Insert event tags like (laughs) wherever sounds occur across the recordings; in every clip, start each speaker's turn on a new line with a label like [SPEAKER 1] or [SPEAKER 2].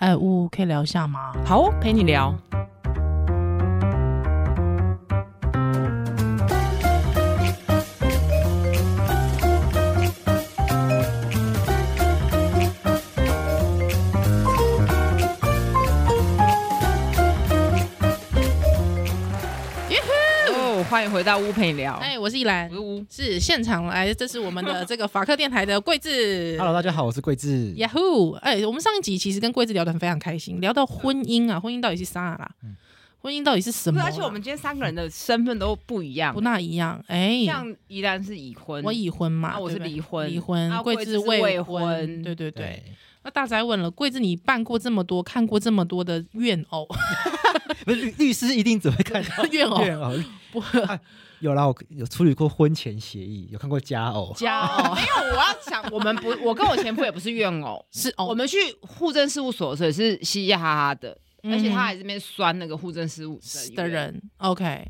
[SPEAKER 1] 哎，呜，可以聊一下吗？
[SPEAKER 2] 好哦，陪你聊。哦，欢迎回到屋陪你聊。
[SPEAKER 1] 哎，我是依兰
[SPEAKER 2] 我，是屋
[SPEAKER 1] 是现场来，这是我们的这个法克电台的桂智。
[SPEAKER 3] (laughs) Hello，大家好，我是桂智。
[SPEAKER 1] Yahoo！哎、我们上一集其实跟桂子聊得很非常开心，聊到婚姻啊，婚姻到底是啥啦？
[SPEAKER 3] 嗯
[SPEAKER 1] 婚姻到底是什
[SPEAKER 2] 不
[SPEAKER 1] 么
[SPEAKER 2] 是，
[SPEAKER 1] 啦？
[SPEAKER 2] 而且我们今天三个人的身份都不一样
[SPEAKER 1] 不，那一样。哎、
[SPEAKER 2] 像依然是已婚，
[SPEAKER 1] 我已婚嘛，
[SPEAKER 2] 啊我是
[SPEAKER 1] 对不对
[SPEAKER 2] 离婚
[SPEAKER 1] 离婚，
[SPEAKER 2] 啊
[SPEAKER 1] 桂
[SPEAKER 2] 桂
[SPEAKER 1] 子
[SPEAKER 2] 枝
[SPEAKER 1] 未
[SPEAKER 2] 未
[SPEAKER 1] 婚
[SPEAKER 2] 婚
[SPEAKER 1] 对对对。
[SPEAKER 3] 对，
[SPEAKER 1] 那大宅问了，桂子，你办过这么多，看过这么多的怨偶， (laughs)
[SPEAKER 3] 不是律律师一定只会看
[SPEAKER 2] (laughs)
[SPEAKER 3] 到
[SPEAKER 1] 怨
[SPEAKER 2] 哦
[SPEAKER 1] 偶
[SPEAKER 3] 怨偶。
[SPEAKER 1] 不
[SPEAKER 3] 有啦，我有处理过婚前协议，有看过家偶。
[SPEAKER 1] 家偶
[SPEAKER 2] (laughs) 没有，我要讲，我们不，我跟我前夫也不是怨偶，
[SPEAKER 1] 是偶，
[SPEAKER 2] 我们去户政事务所的时候也是嘻嘻哈哈的，
[SPEAKER 1] 嗯
[SPEAKER 2] 而且他还这边酸那个户政事务
[SPEAKER 1] 是
[SPEAKER 2] 员
[SPEAKER 1] 的，人，OK，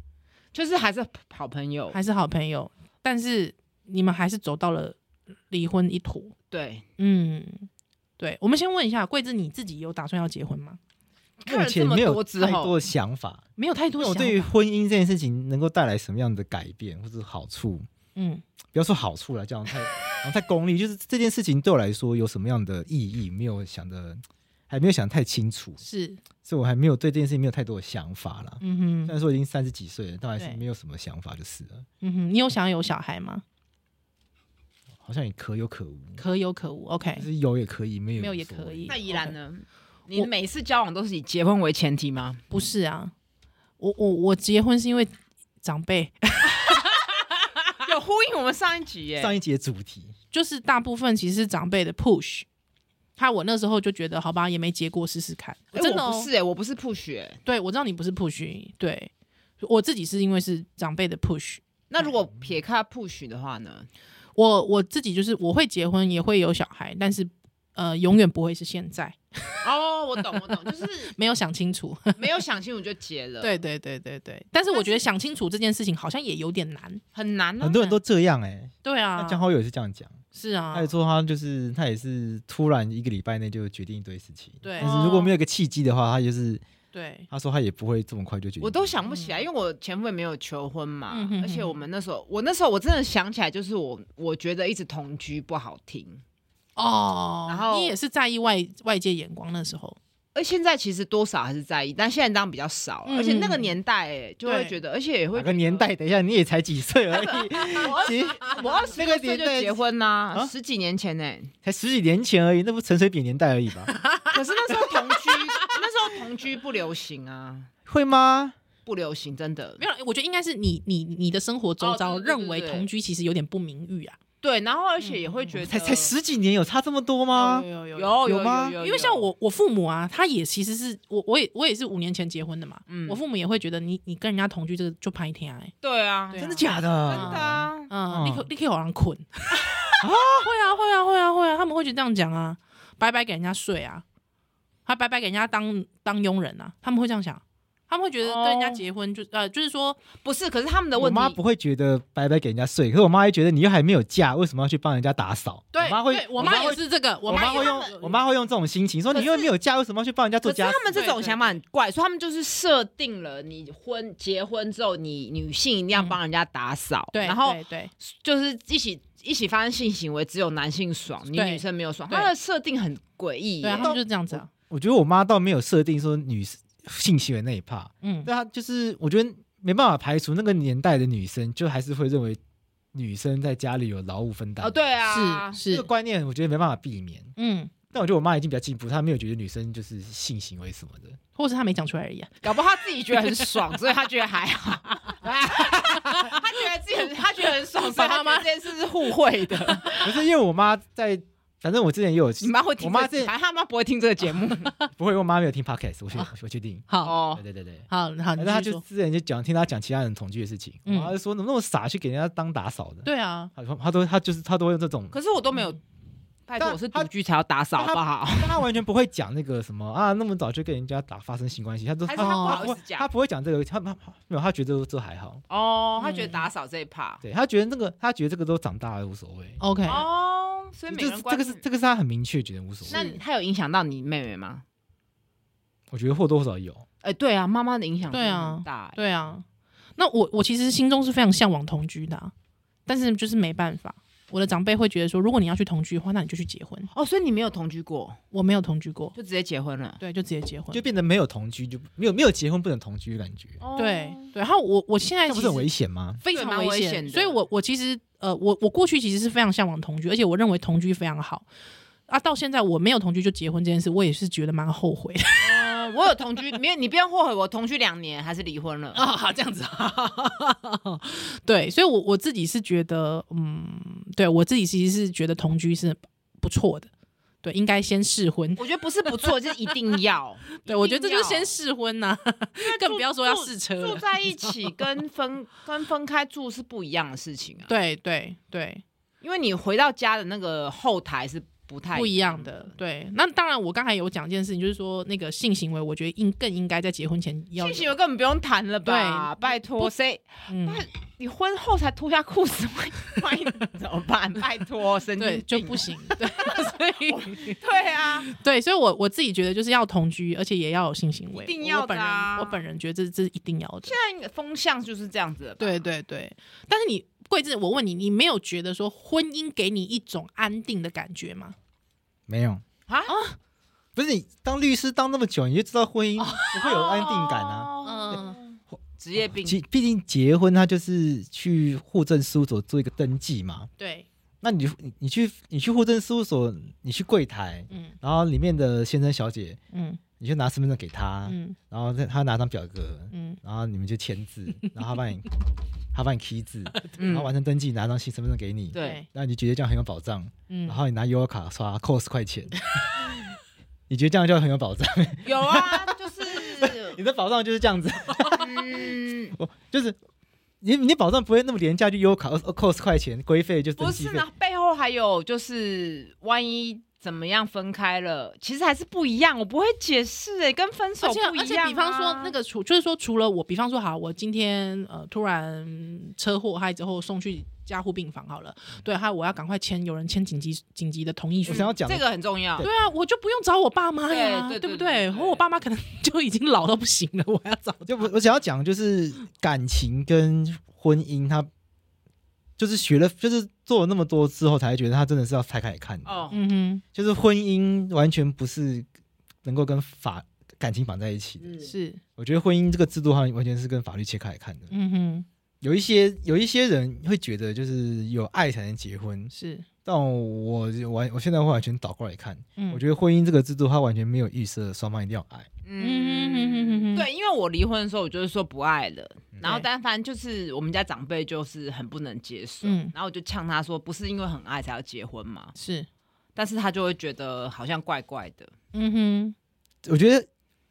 [SPEAKER 2] 就是还是好朋友，
[SPEAKER 1] 还是好朋友，但是你们还是走到了离婚一途。
[SPEAKER 2] 对，
[SPEAKER 1] 嗯，对，我们先问一下桂子，你自己有打算要结婚吗？
[SPEAKER 2] 看
[SPEAKER 3] 目
[SPEAKER 2] 了这
[SPEAKER 3] 前
[SPEAKER 2] 么
[SPEAKER 3] 没
[SPEAKER 2] 多
[SPEAKER 3] 有
[SPEAKER 2] 之
[SPEAKER 3] 太
[SPEAKER 2] 后
[SPEAKER 3] 多的，想法，
[SPEAKER 1] 没有太多
[SPEAKER 3] 因
[SPEAKER 1] 想
[SPEAKER 3] 为我
[SPEAKER 1] 法。
[SPEAKER 3] 对于婚姻这件事情能够带来什么样的改变或者好处，
[SPEAKER 1] 嗯，
[SPEAKER 3] 不要说好处了，
[SPEAKER 2] (laughs)
[SPEAKER 3] 这样太好像太功利，就是这件事情对我来说有什么样的意义，没有想的，还没有想得太清楚，
[SPEAKER 1] 是，
[SPEAKER 3] 所以我还没有对这件事情没有太多的想法啦。
[SPEAKER 1] 嗯
[SPEAKER 3] 虽
[SPEAKER 1] 哼，
[SPEAKER 3] 然说已经三十几岁了，但还
[SPEAKER 1] 对
[SPEAKER 3] 是没有什么想法，就是了，
[SPEAKER 1] 嗯哼，你有想要有小孩吗？
[SPEAKER 2] 嗯
[SPEAKER 3] 好像也可有可无，
[SPEAKER 1] 可有可无，OK，
[SPEAKER 3] 就是有也可以，没有
[SPEAKER 1] 哎没有也
[SPEAKER 3] 无所谓
[SPEAKER 1] 可以
[SPEAKER 2] 那依然
[SPEAKER 3] 哦
[SPEAKER 2] 呢？你
[SPEAKER 1] 我
[SPEAKER 2] 每次交往都是以结婚为前提吗？
[SPEAKER 1] 不是啊，我我我结婚是因为长辈，
[SPEAKER 2] (laughs)
[SPEAKER 1] (laughs)
[SPEAKER 2] 有呼应我们上一集耶，
[SPEAKER 3] 上一节主题，
[SPEAKER 1] 就是大部分其实是长辈的 push。他我那时候就觉得，好吧，也没结过，试试看。
[SPEAKER 2] 哎
[SPEAKER 1] 真的、
[SPEAKER 2] 我
[SPEAKER 1] 哦、
[SPEAKER 2] 不是哎，我不是 push 哎。
[SPEAKER 1] 对我知道你不是 push，对我自己是因为是长辈的 push。
[SPEAKER 2] 那如果撇开 push 的话呢？
[SPEAKER 1] 我我自己就是我会结婚，也会有小孩，但是呃，永远不会是现在，
[SPEAKER 2] 哦，我懂，我懂，就是
[SPEAKER 1] 没有想清楚。
[SPEAKER 2] 没有想清楚就结 (laughs) 了，
[SPEAKER 1] (laughs) 对，对对对对，但是我觉得想清楚这件事情好像也有点难。
[SPEAKER 2] 很难啊。
[SPEAKER 3] 很多人都这样哎、
[SPEAKER 1] 对啊
[SPEAKER 3] 那，江浩友也是这样讲，
[SPEAKER 1] 是啊
[SPEAKER 3] 他，也说他就是他也是突然一个礼拜内就决定一堆事情，
[SPEAKER 1] 对
[SPEAKER 3] 但是如果没有一个契机的话，他就是
[SPEAKER 1] 对，
[SPEAKER 3] 他说他也不会这么快就决定。
[SPEAKER 2] 我都想不起
[SPEAKER 3] 嗯
[SPEAKER 2] 来，因为我前夫也没有求婚嘛，
[SPEAKER 1] 嗯哼哼
[SPEAKER 2] 而且我们那时候，我那时候我真的想起来，就是我我觉得一直同居不好听，
[SPEAKER 1] 哦，
[SPEAKER 2] 然后
[SPEAKER 1] 你也是在意外外界眼光那时候，
[SPEAKER 2] 而现在其实多少还是在意，但现在当然比较少，
[SPEAKER 1] 嗯
[SPEAKER 2] 而且那个年代、哎，就会觉得，而且也会
[SPEAKER 3] 哪个年代？等一下，你也才几岁
[SPEAKER 1] (laughs)
[SPEAKER 3] 而已，其实
[SPEAKER 2] 啊我二十
[SPEAKER 3] 那个
[SPEAKER 2] 多岁就
[SPEAKER 3] 年代
[SPEAKER 2] 结婚呐、
[SPEAKER 3] 啊
[SPEAKER 2] 十几年前呢、
[SPEAKER 3] (laughs)
[SPEAKER 2] 哎
[SPEAKER 3] 才十几年前而已，那不陈水扁年代而已吧？
[SPEAKER 1] (laughs)
[SPEAKER 2] 可是那时候同居，那时候同居不流行啊，
[SPEAKER 3] 会吗？
[SPEAKER 2] 不流行，真的
[SPEAKER 1] 没有，我觉得应该是你你你的生活周遭
[SPEAKER 2] 哦对对对
[SPEAKER 1] 认为
[SPEAKER 2] 对
[SPEAKER 1] 同居其实有点不名誉啊，
[SPEAKER 2] 对。然后而且
[SPEAKER 3] 嗯
[SPEAKER 2] 也会觉得，
[SPEAKER 3] 才才十几年，有差这么多吗
[SPEAKER 1] 嗯有？有啊有
[SPEAKER 2] 有
[SPEAKER 1] 有。
[SPEAKER 2] 有
[SPEAKER 3] 有吗
[SPEAKER 2] 有有
[SPEAKER 1] 因为像我，我父母啊，他也其实是我，我也我也是五年前结婚的嘛，
[SPEAKER 2] 嗯
[SPEAKER 1] 我父母也会觉得你你跟人家同居这个就拍天哎，
[SPEAKER 2] 对啊，
[SPEAKER 1] 对啊
[SPEAKER 3] 真的假
[SPEAKER 2] 真
[SPEAKER 3] 的？
[SPEAKER 2] 的啊，
[SPEAKER 1] 嗯，你可
[SPEAKER 3] 嗯
[SPEAKER 1] 你可以往上捆啊，会啊会啊会啊会啊，他们会觉得这样讲啊，白白给人家睡啊，他白白给人家当当佣人啊，他们会这样想，他们会觉得跟人家
[SPEAKER 2] 哦
[SPEAKER 1] 结婚就、呃就是说
[SPEAKER 2] 不是，可是他们的
[SPEAKER 3] 我
[SPEAKER 2] 问题
[SPEAKER 3] 妈不会觉得白白给人家睡，可是我妈会觉得你又还没有嫁，为什么要去帮人家打扫？
[SPEAKER 1] 对，
[SPEAKER 3] 我妈会
[SPEAKER 1] 对，我妈也
[SPEAKER 3] 会，
[SPEAKER 1] 是这个，
[SPEAKER 3] 我
[SPEAKER 1] 妈
[SPEAKER 3] 妈会
[SPEAKER 1] 也是
[SPEAKER 3] 用，我妈会用这种心情说
[SPEAKER 2] 可
[SPEAKER 3] 你
[SPEAKER 2] 是
[SPEAKER 3] 又没有嫁，为什么要去帮人家做
[SPEAKER 2] 可是
[SPEAKER 3] 家事
[SPEAKER 2] 他？们这种
[SPEAKER 1] 对对
[SPEAKER 2] 想法很怪，所以他们就是设定了你婚结婚之后，你女性一定要帮人家打扫，
[SPEAKER 1] 嗯对，
[SPEAKER 2] 然后
[SPEAKER 1] 对对
[SPEAKER 2] 就是一起一起发生性行为，只有男性爽，你
[SPEAKER 1] 对
[SPEAKER 2] 女生没有爽，
[SPEAKER 1] 对
[SPEAKER 2] 他的设定很诡异
[SPEAKER 1] 对啊，
[SPEAKER 2] 耶
[SPEAKER 1] 他。们就是这样子啊，
[SPEAKER 3] 我觉得我妈倒没有设定说女性行为那一趴，
[SPEAKER 1] 嗯，
[SPEAKER 3] 但她就是我觉得没办法排除那个年代的女生，就还是会认为女生在家里有劳务分担。
[SPEAKER 2] 哦，，对啊，
[SPEAKER 3] 这
[SPEAKER 1] 是
[SPEAKER 3] 个
[SPEAKER 1] 是，
[SPEAKER 3] 观念我觉得没办法避免。
[SPEAKER 1] 嗯，
[SPEAKER 3] 但我觉得我妈已经比较进步，她没有觉得女生就是性行为什么的。
[SPEAKER 1] 或是他没讲出来而已啊，
[SPEAKER 2] 搞不好他自己觉得很爽，所以他觉得还好， (laughs) 他觉得自己很他觉得很爽，所以他
[SPEAKER 1] 爸妈 (laughs)
[SPEAKER 2] 们这件事是互惠的。
[SPEAKER 3] 可是因为我妈在反正我之前也有，
[SPEAKER 2] 你妈会
[SPEAKER 3] 我
[SPEAKER 2] 听这？
[SPEAKER 3] 妈这
[SPEAKER 2] 反正他妈不会听这个节目。
[SPEAKER 3] 不会，我妈没有听 podcast，我确我确定。
[SPEAKER 1] (laughs) 好
[SPEAKER 2] 哦
[SPEAKER 3] 对，对对对，
[SPEAKER 1] 好好，你
[SPEAKER 3] 但是她
[SPEAKER 1] 继续
[SPEAKER 3] 就
[SPEAKER 1] 说。
[SPEAKER 3] 之前就讲听她讲其他人同居的事情，
[SPEAKER 1] 嗯
[SPEAKER 3] 然后她就说怎么那么傻去给人家当打扫的，
[SPEAKER 1] 对啊，
[SPEAKER 3] 她说她都她就是她都会用这种，
[SPEAKER 2] 可是我都没有。拜托，
[SPEAKER 3] 但
[SPEAKER 2] 我是
[SPEAKER 3] 他
[SPEAKER 2] 独居才要打扫，好
[SPEAKER 3] 但他
[SPEAKER 2] 不好？
[SPEAKER 3] 但她完全不会讲那个什么啊那么早就跟人家打发生性关系，她都
[SPEAKER 2] 还
[SPEAKER 3] 她
[SPEAKER 2] 是他不
[SPEAKER 1] 哦
[SPEAKER 2] 好
[SPEAKER 3] 她
[SPEAKER 2] 意
[SPEAKER 3] 不
[SPEAKER 2] 思
[SPEAKER 3] 会
[SPEAKER 2] 讲
[SPEAKER 3] 她不会讲这个，她她她没有她觉得这还好，
[SPEAKER 2] 哦，他觉得打扫这一趴
[SPEAKER 3] 对她觉得那个她觉得这个都长大了无所谓，
[SPEAKER 1] OK，
[SPEAKER 2] 哦，所以每
[SPEAKER 3] 这
[SPEAKER 2] 个人
[SPEAKER 3] 是这
[SPEAKER 2] 观
[SPEAKER 3] 个
[SPEAKER 2] 点
[SPEAKER 3] 是这个是她很明确觉得无所谓，
[SPEAKER 2] 那你他有影响到你妹妹吗？
[SPEAKER 3] 我觉得或多或少有，
[SPEAKER 2] 哎，对啊，妈妈的影响
[SPEAKER 1] 对啊
[SPEAKER 2] 真的很大哎。
[SPEAKER 1] 对啊。那我我其实心中是非常向往同居的啊、但是就是没办法，我的长辈会觉得说，如果你要去同居的话，那你就去结婚。
[SPEAKER 2] 哦，所以你没有同居过，
[SPEAKER 1] 我没有同居过，
[SPEAKER 2] 就直接结婚了。
[SPEAKER 1] 对，就直接结婚
[SPEAKER 2] 嗯
[SPEAKER 3] 就。变得没有同居就没有没有结婚不能同居的感觉，
[SPEAKER 2] 哦
[SPEAKER 1] 对对，然后我我现在
[SPEAKER 3] 这不
[SPEAKER 1] 其
[SPEAKER 3] 是
[SPEAKER 1] 实
[SPEAKER 3] 很危险吗？
[SPEAKER 1] 非常
[SPEAKER 2] 对蛮
[SPEAKER 1] 危
[SPEAKER 2] 危
[SPEAKER 1] 险，
[SPEAKER 2] 险的
[SPEAKER 1] 所以我我其实呃，我我过去其实是非常向往同居，而且我认为同居非常好啊。到现在我没有同居就结婚这件事，我也是觉得蛮后悔的。
[SPEAKER 2] 哦，我有同居，没有你不用后悔，我同居两年还是离婚了。
[SPEAKER 1] 啊、 (laughs) 这样子啊，对，所以我，我自己是觉得，嗯，对我自己其实是觉得同居是不错的，对，应该先试婚，
[SPEAKER 2] 我觉得不是不错，就是一定 (laughs) 要。
[SPEAKER 1] 对我觉得这就是
[SPEAKER 2] 一定
[SPEAKER 1] 先
[SPEAKER 2] 要
[SPEAKER 1] 试婚呐、 (laughs) 更不要说要试车
[SPEAKER 2] 住
[SPEAKER 1] 了，
[SPEAKER 2] 在一起跟分跟分开住是不一样的事情啊。，
[SPEAKER 1] 对对对，
[SPEAKER 2] 因为你回到家的那个后台是不太
[SPEAKER 1] 不一样的，。对。那当然，我刚才有讲一件事情，就是说那个性行为，我觉得应更应该在结婚前要
[SPEAKER 2] 性
[SPEAKER 1] 有，
[SPEAKER 2] 行为根本不用谈了吧？拜托，
[SPEAKER 1] 不
[SPEAKER 2] 谁
[SPEAKER 1] 嗯，
[SPEAKER 2] 你婚后才脱下裤子会万一怎么
[SPEAKER 1] (laughs)
[SPEAKER 2] 办？拜托，神经
[SPEAKER 1] 对，
[SPEAKER 2] 病啊
[SPEAKER 1] 就不 (laughs) 行，对，
[SPEAKER 2] (laughs)
[SPEAKER 1] 所以
[SPEAKER 2] 对啊，
[SPEAKER 1] 对，所以我我自己觉得就是要同居，而且也要有性行为，
[SPEAKER 2] 一定
[SPEAKER 1] 我
[SPEAKER 2] 要
[SPEAKER 1] 我本
[SPEAKER 2] 的
[SPEAKER 1] 人
[SPEAKER 2] 啊
[SPEAKER 1] 我本人觉得这这是一定要的。
[SPEAKER 2] 现在风向就是这样子啊了吧。
[SPEAKER 1] 对对对，但是你桂子，我问你，你没有觉得说婚姻给你一种安定的感觉吗？
[SPEAKER 3] 没有
[SPEAKER 2] 啊，
[SPEAKER 3] 不是你当律师当那么久，你就知道婚姻不会有安定感
[SPEAKER 2] 哦
[SPEAKER 3] 啊。
[SPEAKER 1] 嗯，
[SPEAKER 2] 职业病
[SPEAKER 3] 结毕竟结婚，它就是去户政事务所做一个登记嘛。
[SPEAKER 1] 对，
[SPEAKER 3] 那你你你去你去户政事务所，你去柜台，
[SPEAKER 1] 嗯
[SPEAKER 3] 然后里面的先生小姐，
[SPEAKER 1] 嗯
[SPEAKER 3] 你就拿身份证给他，
[SPEAKER 1] 嗯
[SPEAKER 3] 然后再他拿张表格，
[SPEAKER 1] 嗯，
[SPEAKER 3] 然后你们就签字，然后他帮你他帮你批字，然后
[SPEAKER 2] 嗯，
[SPEAKER 3] 完成登记，拿张新身份证给你。
[SPEAKER 2] 对，
[SPEAKER 3] 那你觉得这样很有保障？
[SPEAKER 1] 嗯
[SPEAKER 3] 然，后你拿 U 卡刷扣十块钱， (laughs) 你觉得这样就很有保障？ (laughs)
[SPEAKER 2] 有啊，就是
[SPEAKER 3] 你的保障就是这样子， (laughs)
[SPEAKER 2] 嗯。
[SPEAKER 3] 就是你你保障不会那么廉价，就 U 卡扣十块钱规费就是
[SPEAKER 2] 不
[SPEAKER 3] 登记
[SPEAKER 2] 是啊
[SPEAKER 3] 费
[SPEAKER 2] 呢，，背后还有就是，万一怎么样分开了，其实还是不一样。我不会解释哎、跟分手
[SPEAKER 1] 而
[SPEAKER 2] 不一
[SPEAKER 1] 且
[SPEAKER 2] 样啊、
[SPEAKER 1] 而且，比方说那个除，就是说除了我，比方说好，我今天呃突然车祸，还之后送去加护病房好了，对，还有我要赶快签，有人签紧急紧急的同意书
[SPEAKER 3] 我。想要讲的
[SPEAKER 2] 这个很重要
[SPEAKER 3] 对。
[SPEAKER 1] 对啊，我就不用找我爸妈呀，
[SPEAKER 2] 嗯对对对
[SPEAKER 1] 不
[SPEAKER 2] 对对对
[SPEAKER 1] 然后我爸妈可能就已经老到不行了，我还要找
[SPEAKER 3] 就我我想要讲就是感情跟婚姻，它就是学了，就是做了那么多之后，才觉得它真的是要拆开来看的。
[SPEAKER 2] 哦，
[SPEAKER 1] 嗯哼，
[SPEAKER 3] 就是婚姻完全不是能够跟法感情绑在一起
[SPEAKER 2] 嗯
[SPEAKER 3] 的。
[SPEAKER 1] 是，
[SPEAKER 3] 我觉得婚姻这个制度，它完全是跟法律切开来看的。
[SPEAKER 1] 嗯哼，
[SPEAKER 3] 有一些有一些人会觉得，就是有爱才能结婚，
[SPEAKER 1] 是，
[SPEAKER 3] 但我我完我现在会完全倒过来看，
[SPEAKER 1] 嗯，
[SPEAKER 3] 我觉得婚姻这个制度，它完全没有预设双方一定要爱。
[SPEAKER 1] 嗯嗯
[SPEAKER 2] 嗯，对，因为我离婚的时候，我就是说不爱了，然后
[SPEAKER 1] 对
[SPEAKER 2] 但凡就是我们家长辈就是很不能接受，
[SPEAKER 1] 嗯
[SPEAKER 2] 然后我就呛他说，不是因为很爱才要结婚嘛，
[SPEAKER 1] 是，
[SPEAKER 2] 但是他就会觉得好像怪怪的，
[SPEAKER 1] 嗯哼，
[SPEAKER 3] 我觉得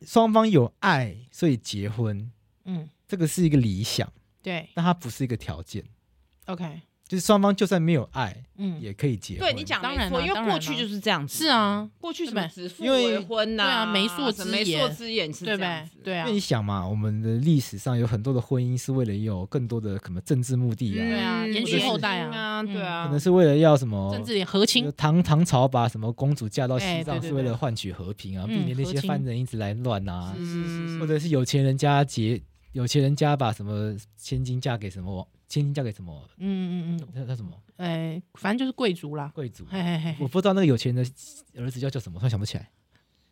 [SPEAKER 3] 双方有爱，所以结婚
[SPEAKER 1] 嗯，
[SPEAKER 3] 这个是一个理想，
[SPEAKER 1] 对
[SPEAKER 3] 但它不是一个条件。
[SPEAKER 1] ，OK，
[SPEAKER 3] 就是双方就算没有爱，
[SPEAKER 1] 嗯，
[SPEAKER 3] 也可以结婚。
[SPEAKER 2] 对你讲
[SPEAKER 1] 当
[SPEAKER 2] 没
[SPEAKER 1] 然
[SPEAKER 2] 错，
[SPEAKER 1] 啦
[SPEAKER 2] 因为
[SPEAKER 1] 当
[SPEAKER 2] 过
[SPEAKER 1] 然
[SPEAKER 2] 去
[SPEAKER 1] 啦
[SPEAKER 2] 就是这样子，
[SPEAKER 1] 是啊，
[SPEAKER 2] 过去什
[SPEAKER 1] 对
[SPEAKER 2] 么
[SPEAKER 1] 不
[SPEAKER 2] 指腹
[SPEAKER 3] 因为
[SPEAKER 2] 为婚呐、
[SPEAKER 1] 对啊媒妁
[SPEAKER 2] 什
[SPEAKER 1] 之
[SPEAKER 2] 么媒妁
[SPEAKER 1] 言
[SPEAKER 2] 之言是
[SPEAKER 1] 对
[SPEAKER 2] 这
[SPEAKER 1] 不
[SPEAKER 2] 样
[SPEAKER 1] 对
[SPEAKER 2] 子，？
[SPEAKER 1] 对
[SPEAKER 3] 因
[SPEAKER 1] 啊
[SPEAKER 3] 为，你想嘛，我们的历史上有很多的婚姻是为了有更多的什么政治目的
[SPEAKER 1] 对
[SPEAKER 3] 啊，
[SPEAKER 1] 啊
[SPEAKER 2] 嗯
[SPEAKER 1] 延
[SPEAKER 3] 续后
[SPEAKER 1] 代啊
[SPEAKER 2] 年轻啊，
[SPEAKER 1] 嗯
[SPEAKER 2] 对啊，
[SPEAKER 3] 可能是为了要什么
[SPEAKER 1] 政治也和
[SPEAKER 3] 就
[SPEAKER 1] 亲，
[SPEAKER 3] 唐唐朝把什么公主嫁到
[SPEAKER 1] 哎
[SPEAKER 3] 西藏
[SPEAKER 1] 对对
[SPEAKER 3] 是为
[SPEAKER 1] 对
[SPEAKER 3] 了换取和平啊，避
[SPEAKER 1] 嗯
[SPEAKER 3] 免那
[SPEAKER 1] 和
[SPEAKER 3] 些
[SPEAKER 1] 亲
[SPEAKER 3] 番人一直来乱啊，
[SPEAKER 2] 是是是
[SPEAKER 3] 或者是有钱人家结有钱人家把什么千金嫁给什么王千金嫁给什么
[SPEAKER 1] 嗯嗯嗯，
[SPEAKER 3] 那那什么
[SPEAKER 1] 哎，反正就是贵族啦，
[SPEAKER 3] 贵族，啊
[SPEAKER 1] 嘿嘿嘿，
[SPEAKER 3] 我不知道那个有钱人的儿子叫叫什么，突然想不起来，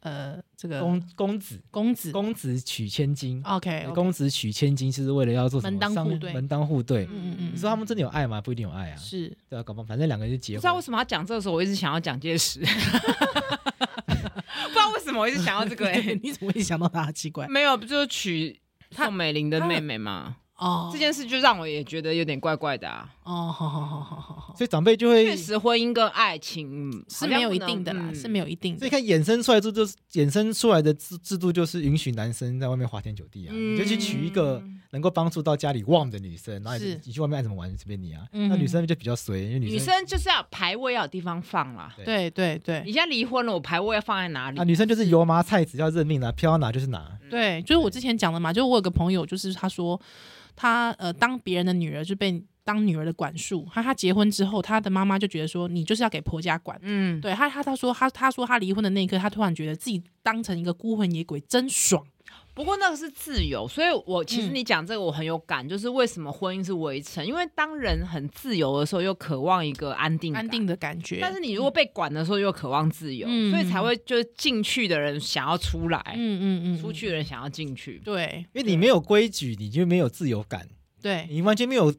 [SPEAKER 1] 呃，这个
[SPEAKER 3] 公公子
[SPEAKER 1] 公子
[SPEAKER 3] 公子娶千金，
[SPEAKER 1] 哎
[SPEAKER 3] 哎
[SPEAKER 1] ，OK，嗯
[SPEAKER 3] 公子娶千金是为了要做什
[SPEAKER 1] 门
[SPEAKER 3] 么
[SPEAKER 1] 当户
[SPEAKER 3] 商
[SPEAKER 1] 对
[SPEAKER 3] 门当户对。
[SPEAKER 1] 嗯嗯
[SPEAKER 3] 你
[SPEAKER 1] 嗯
[SPEAKER 3] 说他们真的有爱吗？不一定有爱啊，
[SPEAKER 1] 是，
[SPEAKER 3] 对啊，搞不好反正两个人就结
[SPEAKER 2] 不
[SPEAKER 3] 婚。
[SPEAKER 2] 知道为什么要讲这个时候，我一直想要蒋介石， (laughs) 不知道为什么我一
[SPEAKER 3] (laughs)
[SPEAKER 2] 直想要这个、欸。 (laughs)
[SPEAKER 1] 你怎么会想到他？奇怪，
[SPEAKER 2] 没有，不就是娶
[SPEAKER 1] 他
[SPEAKER 2] 宋美龄的
[SPEAKER 1] 他
[SPEAKER 2] 妹妹吗？
[SPEAKER 1] 哦，
[SPEAKER 2] 这件事就让我也觉得有点怪怪的啊。
[SPEAKER 1] 哦，好好好好好好，
[SPEAKER 3] 所以长辈就会
[SPEAKER 2] 确实，婚姻跟爱情嗯
[SPEAKER 1] 是没有一定的啦，是没
[SPEAKER 2] 有。
[SPEAKER 1] 有一定
[SPEAKER 3] 所以
[SPEAKER 1] 的。
[SPEAKER 3] 看衍生出来这就是衍生出来的制制度，就是允许男生在外面花天酒地啊，
[SPEAKER 2] 嗯
[SPEAKER 3] 你就去娶一个能够帮助到家里旺的女生，然后你
[SPEAKER 1] 是
[SPEAKER 3] 你去外面爱怎么玩随便你啊。
[SPEAKER 1] 嗯
[SPEAKER 3] 那女生就比较随，因为
[SPEAKER 2] 女
[SPEAKER 3] 女
[SPEAKER 2] 生就是要有牌位要有地方放啦。
[SPEAKER 3] 对
[SPEAKER 1] 对对
[SPEAKER 2] 你
[SPEAKER 1] 对
[SPEAKER 2] 现在离婚了，我牌位要放在哪里
[SPEAKER 3] 啊，？女生就是油麻菜籽要认命啊，飘到哪就是
[SPEAKER 2] 嗯
[SPEAKER 3] 哪。
[SPEAKER 1] 对，就是我之前讲的嘛，就是我有个朋友，就是他说他呃当别人的女儿就被当女儿的管束，他他结婚之后，他的妈妈就觉得说你就是要给婆家管。
[SPEAKER 2] 嗯，
[SPEAKER 1] 对他，他他说他他说他离婚的那一刻，他突然觉得自己当成一个孤魂野鬼，真爽。
[SPEAKER 2] 不过那个是自由，所以我其实
[SPEAKER 1] 嗯
[SPEAKER 2] 你讲这个我很有感，就是为什么婚姻是围城，因为当人很自由的时候，又渴望一个安定感
[SPEAKER 1] 安定的感觉。
[SPEAKER 2] 但是你如果被管的时候，又渴望自由，
[SPEAKER 1] 嗯
[SPEAKER 2] 所以才会就是进去的人想要出来，
[SPEAKER 1] 嗯嗯嗯，
[SPEAKER 2] 出去的人想要进去。
[SPEAKER 1] 对
[SPEAKER 3] 因为你没有规矩，你就没有自由感，
[SPEAKER 1] 对
[SPEAKER 3] 你完全没有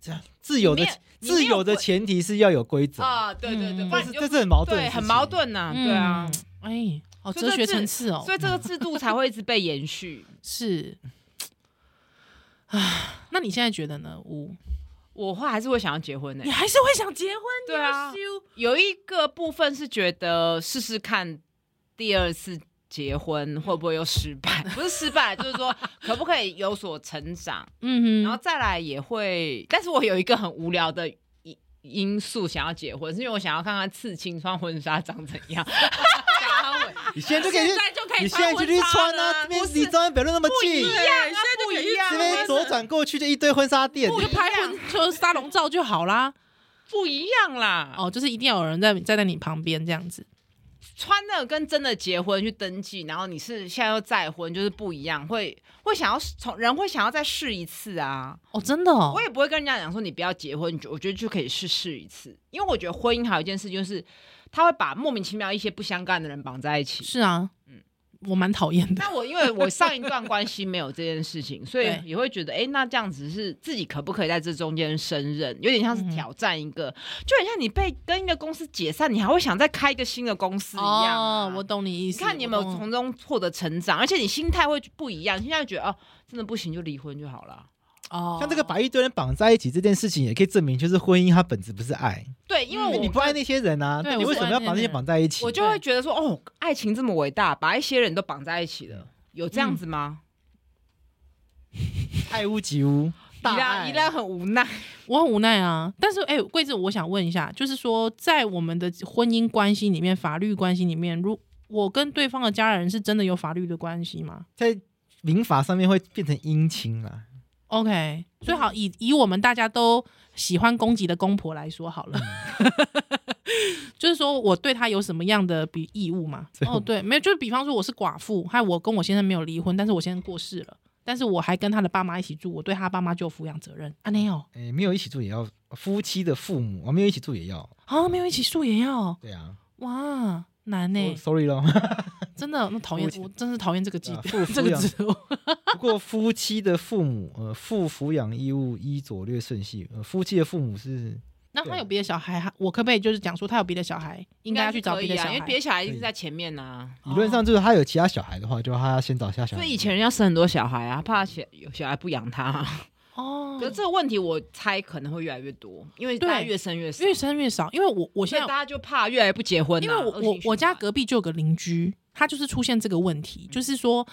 [SPEAKER 3] 这样自由的
[SPEAKER 2] 你没有你没有
[SPEAKER 3] 自由的前提是要有规则，
[SPEAKER 2] 啊，对对对，
[SPEAKER 1] 嗯
[SPEAKER 2] 不然你就
[SPEAKER 3] 这这是很矛盾的
[SPEAKER 2] 对，
[SPEAKER 3] 事情
[SPEAKER 2] 很矛。盾呐、对啊，，
[SPEAKER 1] 哎，哦，
[SPEAKER 2] 所以
[SPEAKER 1] 哲
[SPEAKER 2] 这
[SPEAKER 1] 学
[SPEAKER 2] 制
[SPEAKER 1] 层次哦，
[SPEAKER 2] 所以这个制度才会一直被延续。
[SPEAKER 1] 是，啊，那你现在觉得呢？五，
[SPEAKER 2] (laughs) 我话还是会想要结婚呢、
[SPEAKER 1] 你还是会想结婚？
[SPEAKER 2] 对啊
[SPEAKER 1] 要修
[SPEAKER 2] 有一个部分是觉得试试看第二次结婚会不会又失败， (laughs) 不是失败，就是说可不可以有所成长，
[SPEAKER 1] 嗯
[SPEAKER 2] 然后
[SPEAKER 1] 哼，
[SPEAKER 2] 再来也会。但是我有一个很无聊的因因素想要结婚，是因为我想要看看刺青穿婚纱长怎 (laughs) 样。
[SPEAKER 3] 你现在就可以去
[SPEAKER 2] 现在就可以
[SPEAKER 3] 你现在就去穿啊，这边离中央北路那么近，
[SPEAKER 2] 啊，不一样
[SPEAKER 3] 这边左转过去就一堆婚纱店，
[SPEAKER 1] 就拍婚就沙龙照就好啦。
[SPEAKER 2] 不一样啦。哦，
[SPEAKER 1] 哦，就是一定要有人在站在你旁边这样子。
[SPEAKER 2] 穿的跟真的结婚去登记，然后你是现在又再婚，就是不一样，会会想要从人会想要再试一次啊。
[SPEAKER 1] 哦，真的哦
[SPEAKER 2] 我，也不会跟人家讲说你不要结婚，我觉得就可以试试一次，因为我觉得婚姻还有一件事就是，他会把莫名其妙一些不相干的人绑在一起。
[SPEAKER 1] 是啊，我蛮讨厌的。
[SPEAKER 2] 那我因为我上一段关系没有这件事情， (laughs) 所以
[SPEAKER 1] 对
[SPEAKER 2] 也会觉得，哎、那这样子是自己可不可以在这中间胜任？有点像是
[SPEAKER 1] 嗯哼
[SPEAKER 2] 挑战一个，就很像你被跟一个公司解散，你还会想再开一个新的公司一样啊、
[SPEAKER 1] 哦，我懂你意
[SPEAKER 2] 你
[SPEAKER 1] 思。嗯
[SPEAKER 2] 看你有没有
[SPEAKER 1] 我懂
[SPEAKER 2] 从中获得成长，而且你心态会不一样。现在觉得哦，真的不行就离婚就好了。
[SPEAKER 1] 哦，
[SPEAKER 3] 像这个把一堆人绑在一起这件事情，也可以证明就是婚姻它本质不是爱，
[SPEAKER 2] 对，因为
[SPEAKER 1] 嗯
[SPEAKER 3] 因
[SPEAKER 2] 我
[SPEAKER 3] 为你不爱那些人啊，
[SPEAKER 1] 对
[SPEAKER 3] 那你为什么要把那些绑在一起？
[SPEAKER 2] 我就会觉得说，哦，爱情这么伟大，把一些人都绑在一起了，有
[SPEAKER 1] 嗯
[SPEAKER 2] 这样子吗？
[SPEAKER 3] 爱屋及乌，大
[SPEAKER 2] 依然
[SPEAKER 3] 爱
[SPEAKER 2] 依然很无奈。
[SPEAKER 1] 我很无奈啊，但是哎、桂子，我想问一下，就是说，在我们的婚姻关系里面、法律关系里面，如我跟对方的家人是真的有法律的关系吗
[SPEAKER 3] 在民法上面会变成姻亲啦。
[SPEAKER 1] ？OK，最好以以我们大家都喜欢攻击的公婆来说好了， (laughs) 就是说我对他有什么样的比义务嘛？
[SPEAKER 3] 最后
[SPEAKER 1] 哦，对，没有，就是比方说我是寡妇，还有我跟我先生没有离婚，但是我先生过世了，但是我还跟他的爸妈一起住，我对他爸妈就有抚养责任啊？没有
[SPEAKER 3] 哎，没有一起住也要夫妻的父母，啊，没有一起住也要，
[SPEAKER 1] 啊，没有一起住也要
[SPEAKER 3] 对啊
[SPEAKER 1] 哇，难呢、欸
[SPEAKER 3] 哦，sorry 咯。
[SPEAKER 1] 真的，那讨厌
[SPEAKER 3] 父，亲
[SPEAKER 1] 我真是讨厌这个制 (laughs)
[SPEAKER 3] 啊
[SPEAKER 1] 度，
[SPEAKER 3] 父
[SPEAKER 1] 这
[SPEAKER 3] 抚
[SPEAKER 1] 个
[SPEAKER 3] 养
[SPEAKER 1] 制度。
[SPEAKER 3] 不过夫妻的父母，呃，负抚养义务依左略顺序，呃，夫妻的父母是
[SPEAKER 1] 那他有别的小孩，还我可不可以就是讲说他有别的小孩，应该要去找别的小
[SPEAKER 2] 啊，
[SPEAKER 1] 孩？哦
[SPEAKER 2] 因为别的小孩一定在前面呐、
[SPEAKER 3] 理论上就是他有其他小孩的话，就他要先找下小
[SPEAKER 2] 所
[SPEAKER 3] 孩。
[SPEAKER 2] 以以前人家生很多小孩啊，怕小有小孩不养他、
[SPEAKER 1] 哦
[SPEAKER 2] 可，是这个问题，我猜可能会越来越多，因为大家
[SPEAKER 1] 对
[SPEAKER 2] 越生越少，
[SPEAKER 1] 越生越少，因为我我
[SPEAKER 2] 所以
[SPEAKER 1] 现
[SPEAKER 2] 大
[SPEAKER 1] 在
[SPEAKER 2] 家就怕越来越不结婚、啊。
[SPEAKER 1] 因为我
[SPEAKER 2] 恶性
[SPEAKER 1] 我
[SPEAKER 2] 循环
[SPEAKER 1] 我家隔壁就有个邻居，他就是出现这个问题，
[SPEAKER 2] 嗯
[SPEAKER 1] 就是说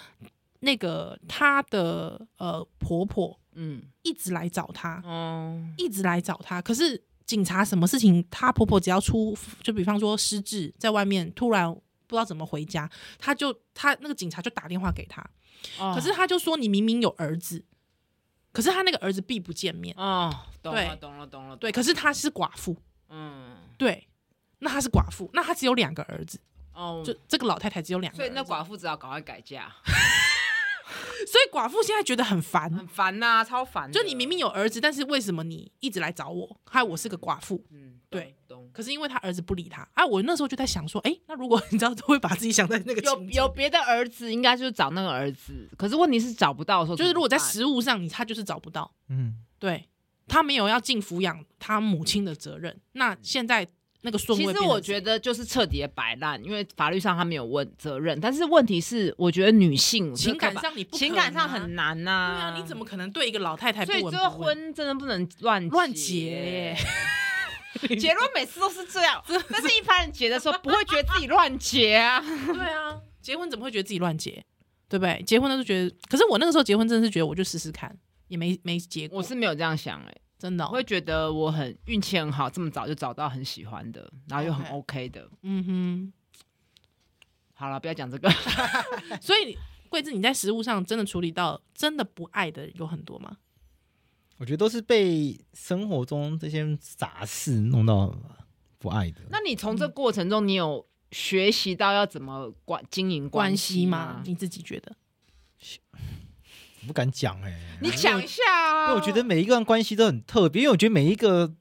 [SPEAKER 1] 那个她的呃婆婆
[SPEAKER 2] 嗯
[SPEAKER 1] 一直来找她，
[SPEAKER 2] 哦
[SPEAKER 1] 一直来找她，可是警察什么事情，她婆婆只要出，就比方说失智，在外面突然不知道怎么回家，她就她那个警察就打电话给她。
[SPEAKER 2] 哦
[SPEAKER 1] 可是他就说你明明有儿子，可是他那个儿子必不见面。
[SPEAKER 2] 哦，懂了
[SPEAKER 1] 对
[SPEAKER 2] 懂了懂了，
[SPEAKER 1] 对，可是他是寡妇，
[SPEAKER 2] 嗯
[SPEAKER 1] 对，那他是寡妇，那他只有两个儿子，
[SPEAKER 2] 哦，
[SPEAKER 1] 就这个老太太只有两个
[SPEAKER 2] 所以那寡
[SPEAKER 1] 妇，
[SPEAKER 2] 妇只好赶快改嫁，
[SPEAKER 1] 所以寡妇现在觉得很烦，
[SPEAKER 2] 很烦呐、超烦的。
[SPEAKER 1] 就你明明有儿子，但是为什么你一直来找我，害我是个寡妇？
[SPEAKER 2] 嗯
[SPEAKER 1] 对
[SPEAKER 2] 懂。
[SPEAKER 1] 可是因为他儿子不理他，啊，我那时候就在想说，哎、那如果 (laughs) 你知道，都会把自己想在那个
[SPEAKER 2] 有
[SPEAKER 1] 情
[SPEAKER 2] 有
[SPEAKER 1] 境
[SPEAKER 2] 别的儿子，应该就是找那个儿子。可是问题是找不到的时候，
[SPEAKER 1] 就是如果在
[SPEAKER 2] 怎么办
[SPEAKER 1] 实物上，你他就是找不到，
[SPEAKER 3] 嗯，
[SPEAKER 1] 对他没有要尽抚养他母亲的责任，那现在。那个顺位
[SPEAKER 2] 其
[SPEAKER 1] 变
[SPEAKER 2] 实
[SPEAKER 1] 成。
[SPEAKER 2] 我觉得就是彻底的摆烂，因为法律上他没有问责任，但是问题是，我觉得女性
[SPEAKER 1] 情感
[SPEAKER 2] 这个吧
[SPEAKER 1] 上你不可能啊
[SPEAKER 2] 情感上很难呐、
[SPEAKER 1] 对啊，你怎么可能对一个老太太不
[SPEAKER 2] 所以
[SPEAKER 1] 闻
[SPEAKER 2] 这
[SPEAKER 1] 不
[SPEAKER 2] 个
[SPEAKER 1] 问？
[SPEAKER 2] 婚真的不能乱
[SPEAKER 1] 乱
[SPEAKER 2] 结
[SPEAKER 1] 结，
[SPEAKER 2] 结论每次都是这
[SPEAKER 1] (laughs)
[SPEAKER 2] 样。但是一般人结的时候不会觉得自己乱结啊。
[SPEAKER 1] 对啊， (laughs) 结婚怎么会觉得自己乱结？对不对？结婚的时候觉得，可是我那个时候结婚真的是觉得我就试试看，也没没结果，
[SPEAKER 2] 我是没有这样想哎、
[SPEAKER 1] 真的、哦
[SPEAKER 2] 我会觉得我很运气很好，这么早就找到很喜欢的，然后又很 OK 的。
[SPEAKER 1] 嗯
[SPEAKER 2] 好了，不要讲这个。
[SPEAKER 1] 哼。所以桂枝，你在食物上真的处理到真的不爱的有很多吗？
[SPEAKER 3] 我觉得都是被生活中这些杂事弄到不爱的。
[SPEAKER 2] (laughs) 那你从这过程中，你有学习到要怎么管经营
[SPEAKER 1] 关
[SPEAKER 2] 系
[SPEAKER 1] 系
[SPEAKER 2] 吗
[SPEAKER 1] 吗？？你自己觉得？
[SPEAKER 3] 我不敢讲哎、
[SPEAKER 2] 你讲一下啊！
[SPEAKER 3] 因为我觉得每一个关系都很特别，因为我觉得每一个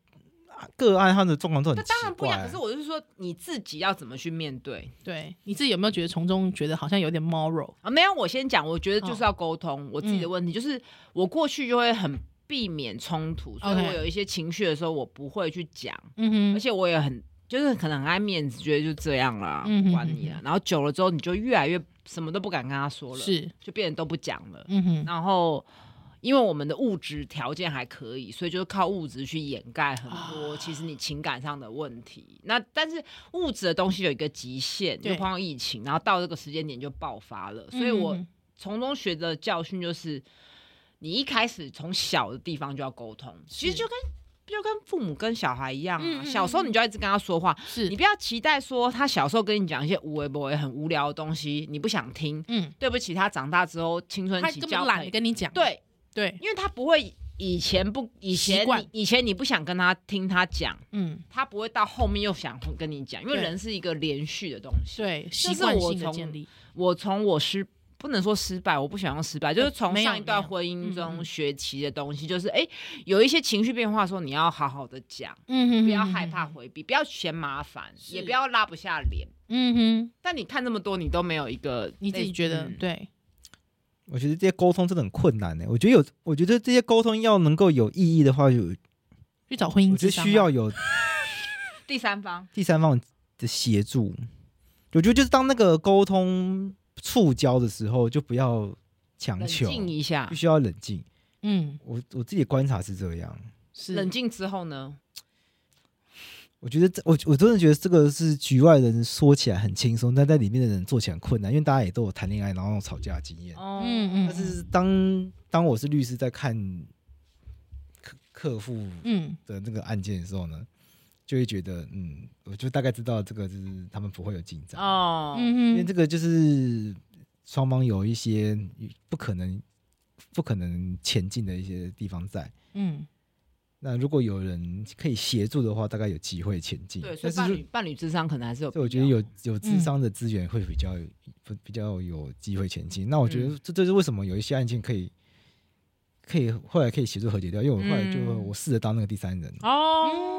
[SPEAKER 3] 个案他的状况都很
[SPEAKER 2] 那
[SPEAKER 3] 奇
[SPEAKER 2] 当然不一
[SPEAKER 3] 怪。
[SPEAKER 2] 样，可是我是说你自己要怎么去面对
[SPEAKER 1] 对你自己有没有觉得从中觉得好像有点 moral？
[SPEAKER 2] 啊？没有，我先讲，我觉得就是要沟通、我自己的问题，就是我过去就会很避免冲突，所以
[SPEAKER 1] OK
[SPEAKER 2] 我有一些情绪的时候，我不会去讲，
[SPEAKER 1] 嗯
[SPEAKER 2] 而且我也很就是可能很爱面子，觉得就这样啦，
[SPEAKER 1] 嗯
[SPEAKER 2] 不
[SPEAKER 1] 哼
[SPEAKER 2] 管你了。然后久了之后，你就越来越什么都不敢跟他说了，
[SPEAKER 1] 是，
[SPEAKER 2] 就变得都不讲了。
[SPEAKER 1] 嗯哼，
[SPEAKER 2] 然后因为我们的物质条件还可以，所以就是靠物质去掩盖很多、
[SPEAKER 1] 啊
[SPEAKER 2] 其实你情感上的问题。那但是物质的东西有一个极限，就
[SPEAKER 1] 对
[SPEAKER 2] 碰到疫情，然后到这个时间点就爆发了。所以我
[SPEAKER 1] 嗯哼
[SPEAKER 2] 从中学的教训就是，你一开始从小的地方就要沟通，其实
[SPEAKER 1] 是
[SPEAKER 2] 就跟。就跟父母跟小孩一样啊，
[SPEAKER 1] 嗯嗯嗯
[SPEAKER 2] 小时候你就要一直跟他说话，
[SPEAKER 1] 是
[SPEAKER 2] 你，不要期待说他小时候跟你讲一些无为不为很无聊的东西，你不想听，
[SPEAKER 1] 嗯，
[SPEAKER 2] 对不起，他长大之后青春
[SPEAKER 1] 他
[SPEAKER 2] 期
[SPEAKER 1] 根
[SPEAKER 2] 交
[SPEAKER 1] 本懒
[SPEAKER 2] 配
[SPEAKER 1] 得，跟你讲，
[SPEAKER 2] 对，
[SPEAKER 1] 对，
[SPEAKER 2] 因为他不会以前不以
[SPEAKER 1] 习
[SPEAKER 2] 前
[SPEAKER 1] 惯
[SPEAKER 2] 你以前你不想跟他听他讲，
[SPEAKER 1] 嗯，
[SPEAKER 2] 他不会到后面又想跟你讲，因为
[SPEAKER 1] 对
[SPEAKER 2] 人是一个连续的东西。
[SPEAKER 1] 对，习
[SPEAKER 2] 是
[SPEAKER 1] 惯
[SPEAKER 2] 我
[SPEAKER 1] 性的
[SPEAKER 2] 从
[SPEAKER 1] 建立，
[SPEAKER 2] 我从我失不能说失败，我不喜欢用失败，就是从
[SPEAKER 1] 呃没有
[SPEAKER 2] 上一段
[SPEAKER 1] 没有
[SPEAKER 2] 婚姻
[SPEAKER 1] 嗯
[SPEAKER 2] 中
[SPEAKER 1] 嗯
[SPEAKER 2] 学习的东西，就是哎、诶有一些情绪变化的时候，你要好好的讲，
[SPEAKER 1] 嗯哼
[SPEAKER 2] 不要害怕，回避，不要嫌麻烦，
[SPEAKER 1] 是
[SPEAKER 2] 也不要拉不下脸。
[SPEAKER 1] 嗯哼，
[SPEAKER 2] 但你看这么多，你都没有一个
[SPEAKER 1] 你自己觉得、
[SPEAKER 2] 嗯
[SPEAKER 1] 对，
[SPEAKER 3] 我觉得这些沟通真的很困难呢、欸我觉得有，我觉得这些沟通要能够有意义的话，有
[SPEAKER 1] 去找婚姻
[SPEAKER 3] 我觉
[SPEAKER 1] 咨
[SPEAKER 3] 得
[SPEAKER 1] 商
[SPEAKER 3] 需
[SPEAKER 1] 吧
[SPEAKER 3] 要有
[SPEAKER 2] 第三方
[SPEAKER 3] 第三方的协助。我觉得就是当那个沟通触礁的时候，就不要强
[SPEAKER 2] 冷
[SPEAKER 3] 求，
[SPEAKER 2] 静一下
[SPEAKER 3] 必，须要冷静。
[SPEAKER 1] 嗯，
[SPEAKER 3] 我我自己的观察是这样，
[SPEAKER 1] 是
[SPEAKER 2] 冷静之后呢，
[SPEAKER 3] 我觉得这我我真的觉得这个是局外人说起来很轻松，但在里面的人做起来很困难，因为大家也都有谈恋爱然后吵架的经验。
[SPEAKER 2] 哦
[SPEAKER 1] 嗯嗯
[SPEAKER 3] 但是当当我是律师在看客客户
[SPEAKER 1] 嗯，
[SPEAKER 3] 的那个案件的时候呢，就会觉得嗯，我就大概知道这个就是他们不会有进展，
[SPEAKER 2] 哦
[SPEAKER 3] 因
[SPEAKER 1] 嗯
[SPEAKER 3] 为
[SPEAKER 1] 哼，
[SPEAKER 3] 这个就是双方有一些不可能不可能前进的一些地方在。
[SPEAKER 1] 嗯，
[SPEAKER 3] 那如果有人可以协助的话，大概有机会前进。
[SPEAKER 2] 对，所以
[SPEAKER 3] 嗯但是
[SPEAKER 2] 伴
[SPEAKER 3] 如
[SPEAKER 2] 侣伴侣智商可能还是有必
[SPEAKER 3] 所
[SPEAKER 2] 要，
[SPEAKER 3] 以我觉得有有智
[SPEAKER 1] 嗯
[SPEAKER 3] 商的资源会比较比比较有机会前进。那我觉
[SPEAKER 2] 嗯
[SPEAKER 3] 得这这是为什么有一些案件可以可以后来可以协助和解掉，因为我后来就、
[SPEAKER 2] 嗯
[SPEAKER 3] 我试着当那个第三人，
[SPEAKER 2] 哦。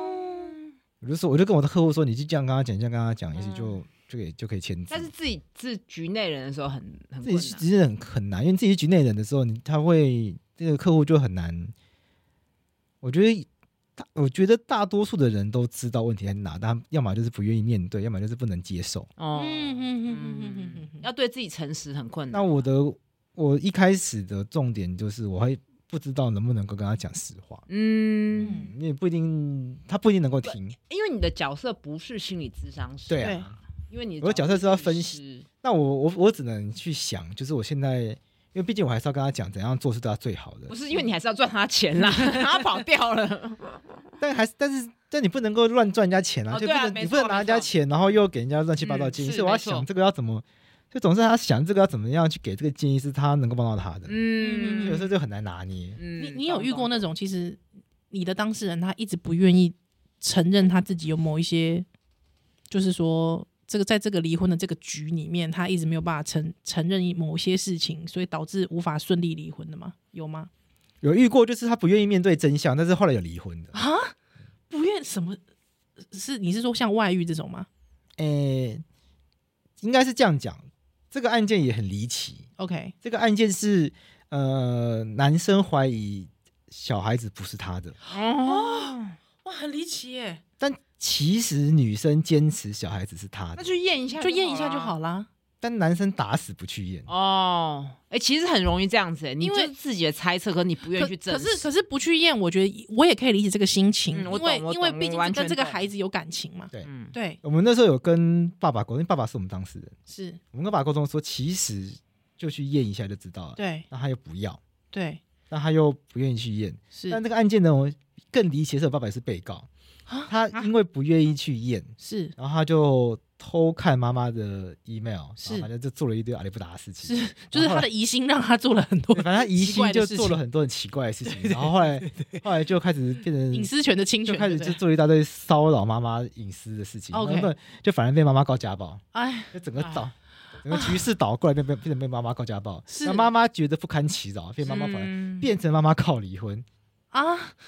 [SPEAKER 3] 我就说我就跟我的客户说，你就这样跟他讲，这样跟他讲，也许就就给就可以签
[SPEAKER 2] 嗯
[SPEAKER 3] 字
[SPEAKER 2] 但。是自己自局内人的时候很很
[SPEAKER 3] 自
[SPEAKER 2] 困
[SPEAKER 3] 己是
[SPEAKER 2] 难，
[SPEAKER 3] 其实很很难，因为自己是局内人的时候，你他会这个客户就很难。我觉得大，我觉得大多数的人都知道问题在哪，但他要么就是不愿意面对，要么就是不能接受。
[SPEAKER 2] 哦，
[SPEAKER 1] 嗯嗯嗯嗯嗯
[SPEAKER 2] 嗯
[SPEAKER 1] 嗯，嗯
[SPEAKER 2] 要对自己诚实很困难。
[SPEAKER 3] 那我的我一开始的重点就是，我会不知道能不能够跟他讲实话，
[SPEAKER 2] 嗯，
[SPEAKER 3] 嗯，因为不一定他不一定能够听。
[SPEAKER 2] 因为你的角色不是心理智商师，
[SPEAKER 3] 对
[SPEAKER 1] 对
[SPEAKER 3] 啊，
[SPEAKER 2] 因为你
[SPEAKER 3] 我的角色是要分
[SPEAKER 2] 析，
[SPEAKER 3] 那我我我只能去想，就是我现在，因为毕竟我还是要跟他讲怎样做是对他最好的
[SPEAKER 2] 不，是因为你还是要赚他钱
[SPEAKER 3] (laughs)
[SPEAKER 2] 啦，
[SPEAKER 1] (laughs)
[SPEAKER 2] 他跑掉了，
[SPEAKER 3] 但还是但是。但你不能够乱赚人家钱啊，
[SPEAKER 2] 哦
[SPEAKER 3] 就不
[SPEAKER 2] 对啊
[SPEAKER 3] 能
[SPEAKER 2] 没
[SPEAKER 3] 你
[SPEAKER 2] 错
[SPEAKER 3] 不能拿人家
[SPEAKER 2] 没错
[SPEAKER 3] 钱，然后又给人家乱七八糟
[SPEAKER 2] 嗯
[SPEAKER 3] 建议，
[SPEAKER 2] 是
[SPEAKER 3] 所以我要
[SPEAKER 2] 没错
[SPEAKER 3] 想这个要怎么，就总是他想这个要怎么样去给这个建议是他能够帮到他的，所以有
[SPEAKER 2] 嗯
[SPEAKER 3] 时候就很难拿捏。
[SPEAKER 2] 嗯
[SPEAKER 1] 你你有遇过那种其实你的当事人他一直不愿意承认他自己有某一些，就是说这个在这个离婚的这个局里面，他一直没有办法承承认某些事情，所以导致无法顺利离婚的吗？有吗？
[SPEAKER 3] 有遇过就是他不愿意面对真相，但是后来有离婚的。
[SPEAKER 1] 不愿什么？是你是说像外遇这种吗
[SPEAKER 3] 诶、应该是这样讲，这个案件也很离奇。
[SPEAKER 1] ？OK，
[SPEAKER 3] 这个案件是呃，男生怀疑小孩子不是他的，
[SPEAKER 2] 哦，
[SPEAKER 1] 哇，很离奇耶！
[SPEAKER 3] 但其实女生坚持小孩子是她
[SPEAKER 2] 那
[SPEAKER 3] 的，
[SPEAKER 2] 去验一下，
[SPEAKER 1] 就验一下就好
[SPEAKER 2] 了。
[SPEAKER 1] 啦。
[SPEAKER 3] 但男生打死不去验。
[SPEAKER 2] 哦，哎、其实很容易这样子、欸，你
[SPEAKER 1] 因
[SPEAKER 2] 就
[SPEAKER 1] 为
[SPEAKER 2] 是自己的猜测，可你不愿
[SPEAKER 1] 可
[SPEAKER 2] 意去证
[SPEAKER 1] 可
[SPEAKER 2] 实。
[SPEAKER 1] 是可是不去验，我觉得我也可以理解这个心情，
[SPEAKER 2] 嗯我
[SPEAKER 1] 因为
[SPEAKER 2] 懂我
[SPEAKER 1] 因为
[SPEAKER 2] 懂
[SPEAKER 1] 毕竟
[SPEAKER 2] 我
[SPEAKER 1] 是
[SPEAKER 2] 完全
[SPEAKER 1] 跟这个
[SPEAKER 2] 懂
[SPEAKER 1] 孩子有感情嘛。
[SPEAKER 3] 对
[SPEAKER 2] 嗯，
[SPEAKER 1] 对，
[SPEAKER 3] 我们那时候有跟爸爸沟通，因为爸爸是我们当事人，
[SPEAKER 1] 是，
[SPEAKER 3] 我们跟爸爸沟通说，其实就去验一下就知道了。
[SPEAKER 1] 对
[SPEAKER 3] 那他又不要，
[SPEAKER 1] 对
[SPEAKER 3] 那他又不愿意去验。
[SPEAKER 1] 是
[SPEAKER 3] 但这个案件呢，我更离奇的是，我爸爸也是被告，他因为不愿意去验，
[SPEAKER 1] 是
[SPEAKER 3] 然后他就偷看妈妈的 email，
[SPEAKER 1] 是
[SPEAKER 3] 然后反正就做了一堆阿里不达的事情。
[SPEAKER 1] 是，就是
[SPEAKER 3] 嗯后
[SPEAKER 1] 他
[SPEAKER 3] 来
[SPEAKER 1] 的疑心让他做了很多
[SPEAKER 3] 对，反正他疑
[SPEAKER 1] 奇怪
[SPEAKER 3] 心
[SPEAKER 1] 的
[SPEAKER 3] 就
[SPEAKER 1] 事
[SPEAKER 3] 做了
[SPEAKER 1] 情
[SPEAKER 3] 很多很奇怪的
[SPEAKER 1] (laughs)
[SPEAKER 3] 事情，然后后来后来就开始变
[SPEAKER 1] 隐
[SPEAKER 3] 成
[SPEAKER 1] 私权的侵
[SPEAKER 3] 就
[SPEAKER 1] 权，
[SPEAKER 3] 开
[SPEAKER 1] 对
[SPEAKER 3] 始就
[SPEAKER 1] 不对
[SPEAKER 3] 做一大堆骚扰妈妈隐私的事情，然
[SPEAKER 1] OK
[SPEAKER 3] 后就反而被妈妈告家暴，
[SPEAKER 1] 哎，
[SPEAKER 3] 就整个
[SPEAKER 1] 哎
[SPEAKER 3] 倒整个局势倒过来变变变成被妈妈告家暴，
[SPEAKER 1] 是
[SPEAKER 3] 那妈妈觉得不堪其扰，变妈妈反而
[SPEAKER 1] 嗯
[SPEAKER 3] 变成妈妈告离婚，
[SPEAKER 1] 啊，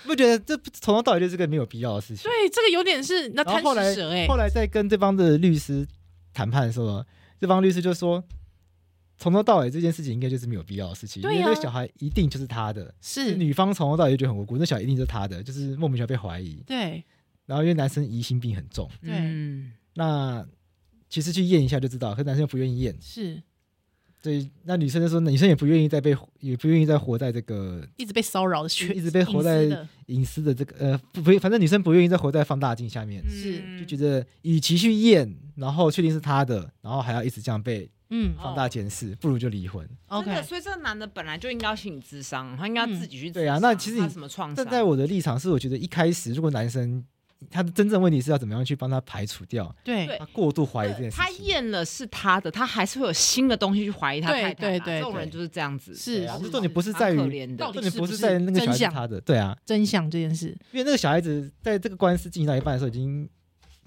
[SPEAKER 3] 不觉得这从头到尾就是个没有必要的事情。
[SPEAKER 1] 对，这个有点是那
[SPEAKER 3] 然
[SPEAKER 1] 贪
[SPEAKER 3] 后后来
[SPEAKER 1] 食蛇哎
[SPEAKER 3] 后，来在跟对方的律师谈判的时候，对方律师就说，从头到尾这件事情应该就是没有必要的事情，
[SPEAKER 1] 对
[SPEAKER 3] 因
[SPEAKER 1] 呀
[SPEAKER 3] 为这个小孩一定就是他的，
[SPEAKER 1] 是，
[SPEAKER 3] 女方从头到尾就觉得很无辜，那小孩一定就是他的，就是莫名其妙被怀疑。
[SPEAKER 1] 对
[SPEAKER 3] 然后因为男生疑心病很重，
[SPEAKER 1] 对
[SPEAKER 2] 嗯
[SPEAKER 3] 那其实去验一下就知道，可是男生又不愿意验，
[SPEAKER 1] 是
[SPEAKER 3] 所以那女生就说，女生也不愿意再被，也不愿意再活在这个
[SPEAKER 1] 一直被骚扰的权，
[SPEAKER 3] 一直被
[SPEAKER 1] 隐
[SPEAKER 3] 活
[SPEAKER 1] 私
[SPEAKER 3] 在
[SPEAKER 1] 的
[SPEAKER 3] 隐私的这个呃，不，不反正女生不愿意再活在放大镜下面，
[SPEAKER 1] 是
[SPEAKER 3] 就觉得与其去验，然后确定是他的，然后还要一直这样被
[SPEAKER 1] 嗯
[SPEAKER 2] 哦
[SPEAKER 3] 放大检视，不如就离婚。
[SPEAKER 2] 真的，
[SPEAKER 1] ，OK，嗯
[SPEAKER 2] 所以这个男的本来就应该要心理智商，他应该要自己去、
[SPEAKER 3] 对啊那其实你
[SPEAKER 2] 他什么创伤？
[SPEAKER 3] 站在我的立场是，我觉得一开始如果男生他的真正问题是要怎么样去帮他排除掉
[SPEAKER 1] 对
[SPEAKER 2] 对
[SPEAKER 3] 他过度怀疑这
[SPEAKER 2] 对
[SPEAKER 3] 件事
[SPEAKER 2] 他
[SPEAKER 3] 情。
[SPEAKER 2] 验了是他的，他还是会有新的东西去怀疑他
[SPEAKER 1] 对
[SPEAKER 2] 太太啦
[SPEAKER 1] 对对
[SPEAKER 2] 这种人
[SPEAKER 3] 对
[SPEAKER 2] 就是这样子，
[SPEAKER 1] 是
[SPEAKER 3] 对啊
[SPEAKER 1] 是
[SPEAKER 3] 这重点不是
[SPEAKER 2] 蛮
[SPEAKER 3] 在
[SPEAKER 2] 可
[SPEAKER 3] 于，
[SPEAKER 2] 怜
[SPEAKER 1] 到底
[SPEAKER 2] 的
[SPEAKER 3] 重点不
[SPEAKER 1] 是不是
[SPEAKER 3] 在于那个小孩
[SPEAKER 1] 真
[SPEAKER 3] 是
[SPEAKER 1] 相
[SPEAKER 3] 他的，对啊，
[SPEAKER 1] 真相这件事
[SPEAKER 3] 因为那个小孩子在这个官司进行到一半的时候，已经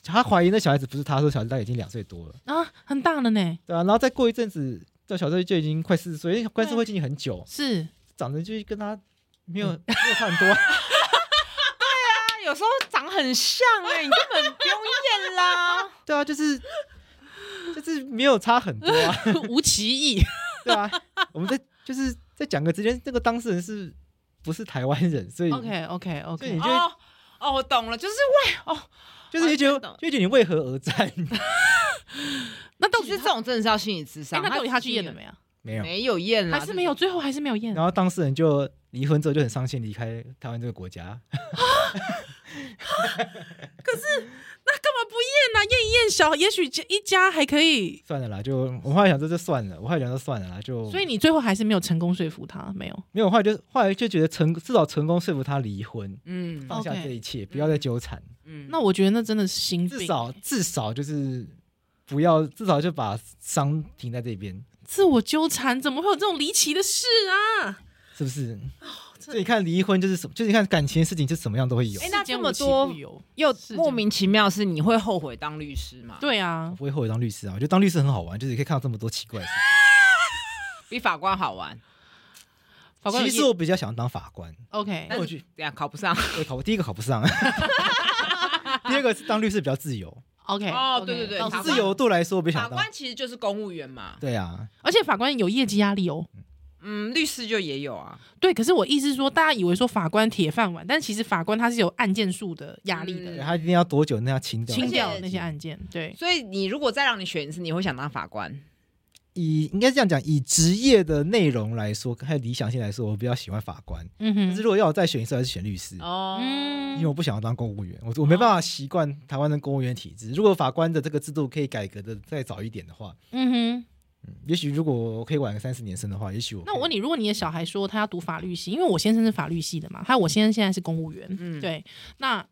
[SPEAKER 3] 他怀疑那小孩子不是他，说小孩子大概已经两岁多了，
[SPEAKER 1] 啊，很大了呢，
[SPEAKER 3] 对啊，然后再过一阵子，这小孩子就已经快四十岁，因为官司会进行很久， (laughs)
[SPEAKER 1] 是
[SPEAKER 3] 长得就跟他没有没有差很多。啊
[SPEAKER 2] 他有时候长很像哎、你根本不用验啦。
[SPEAKER 3] 对啊，就是就是没有差很多啊，
[SPEAKER 1] 无歧义，
[SPEAKER 3] (laughs) 对啊。我们在就是在讲个之间，那个当事人是不是台湾人，所以
[SPEAKER 1] OK OK
[SPEAKER 3] 所以
[SPEAKER 1] OK，
[SPEAKER 3] 你就会
[SPEAKER 2] 哦哦，我懂了，就是为哦，
[SPEAKER 3] (laughs) 就是你就觉
[SPEAKER 2] 完全
[SPEAKER 3] 得
[SPEAKER 2] 懂
[SPEAKER 3] 就会觉得你为何而战？ (laughs)
[SPEAKER 1] 那到
[SPEAKER 2] 其
[SPEAKER 1] 底
[SPEAKER 2] 实
[SPEAKER 1] 他
[SPEAKER 2] 这种真的是要心理智
[SPEAKER 1] 哎
[SPEAKER 2] 商。
[SPEAKER 1] 那到底他去验了没有？
[SPEAKER 3] 没有。
[SPEAKER 2] 没有验啦，
[SPEAKER 1] 还是没有，最后还是没有验
[SPEAKER 3] 然。后当事人就离婚之后就很伤心，离开台湾这个国家。
[SPEAKER 1] 那干嘛不验呢、啊验一验小，也许一家还可以。
[SPEAKER 3] 算了啦，就我后来想说就算了，我后来想说算了啦，就
[SPEAKER 1] 所以你最后还是没有成功说服他，没有？
[SPEAKER 3] 没有。后来就后来就觉得成至少成功说服他离婚，
[SPEAKER 2] 嗯
[SPEAKER 3] 放下
[SPEAKER 1] OK
[SPEAKER 3] 这一切，不要再纠缠。
[SPEAKER 2] 嗯，
[SPEAKER 1] 那我觉得那真的是心病，
[SPEAKER 3] 至少至少就是不要，至少就把伤停在这边。
[SPEAKER 1] 自我纠缠，怎么会有这种离奇的事啊？
[SPEAKER 3] 是不是？
[SPEAKER 2] 哦
[SPEAKER 3] 所以你看离婚就是什么，就是你看感情的事情，就什么样都会有，
[SPEAKER 2] 哎那
[SPEAKER 1] 世间
[SPEAKER 2] 这么
[SPEAKER 1] 无奇
[SPEAKER 2] 多
[SPEAKER 1] 不有
[SPEAKER 2] 又
[SPEAKER 1] 是这样
[SPEAKER 2] 莫名其妙是你会后悔当律师嘛？
[SPEAKER 1] 对啊，
[SPEAKER 3] 不会后悔当律师啊。我觉得当律师很好玩，就是你可以看到这么多奇怪的事情。
[SPEAKER 2] 比法官好玩，
[SPEAKER 1] 法官有
[SPEAKER 3] 其实
[SPEAKER 1] 验
[SPEAKER 3] 我比较想当法官，
[SPEAKER 1] OK，
[SPEAKER 3] 但我去
[SPEAKER 2] 这样考不上。
[SPEAKER 3] 我考第一个考不上， (laughs) 第二个是当律师比较自由，
[SPEAKER 1] OK，
[SPEAKER 2] 哦
[SPEAKER 1] OK，
[SPEAKER 2] 对对对
[SPEAKER 1] 老
[SPEAKER 2] 法
[SPEAKER 1] 师
[SPEAKER 2] 官
[SPEAKER 3] 自由度来说我比较
[SPEAKER 2] 法
[SPEAKER 3] 想当
[SPEAKER 2] 官。其实就是公务员嘛，
[SPEAKER 3] 对啊，
[SPEAKER 1] 而且法官有业绩压力哦。
[SPEAKER 2] 嗯，律师就也有啊，
[SPEAKER 1] 对，可是我意思是说，大家以为说法官铁饭碗，但其实法官他是有案件数的压力的，
[SPEAKER 2] 嗯
[SPEAKER 3] 他一定要多久那要清掉？
[SPEAKER 1] 清
[SPEAKER 2] 而
[SPEAKER 1] 掉
[SPEAKER 2] 且
[SPEAKER 1] 那些案件。对，
[SPEAKER 2] 所以你如果再让你选一次，你会想当法官？
[SPEAKER 3] 以应该这样讲，以职业的内容来说，还有理想性来说，我比较喜欢法官。
[SPEAKER 1] 嗯
[SPEAKER 3] 但是
[SPEAKER 1] 哼，
[SPEAKER 3] 如果要我再选一次，还是选律师。
[SPEAKER 2] 哦
[SPEAKER 3] 因为
[SPEAKER 1] 嗯，
[SPEAKER 3] 我不想要当公务员，我
[SPEAKER 1] 哦
[SPEAKER 3] 我没办法习惯台湾的公务员体制。如果法官的这个制度可以改革的再早一点的话，
[SPEAKER 1] 嗯哼。
[SPEAKER 3] 也许如果我可以晚个三十年生的话，也许我
[SPEAKER 1] 那我问
[SPEAKER 3] 你，
[SPEAKER 1] 你，如果你的小孩说他要读法律系，因为我先生是法律系的嘛，还有我先生现在是公务员，
[SPEAKER 2] 嗯
[SPEAKER 1] 对，那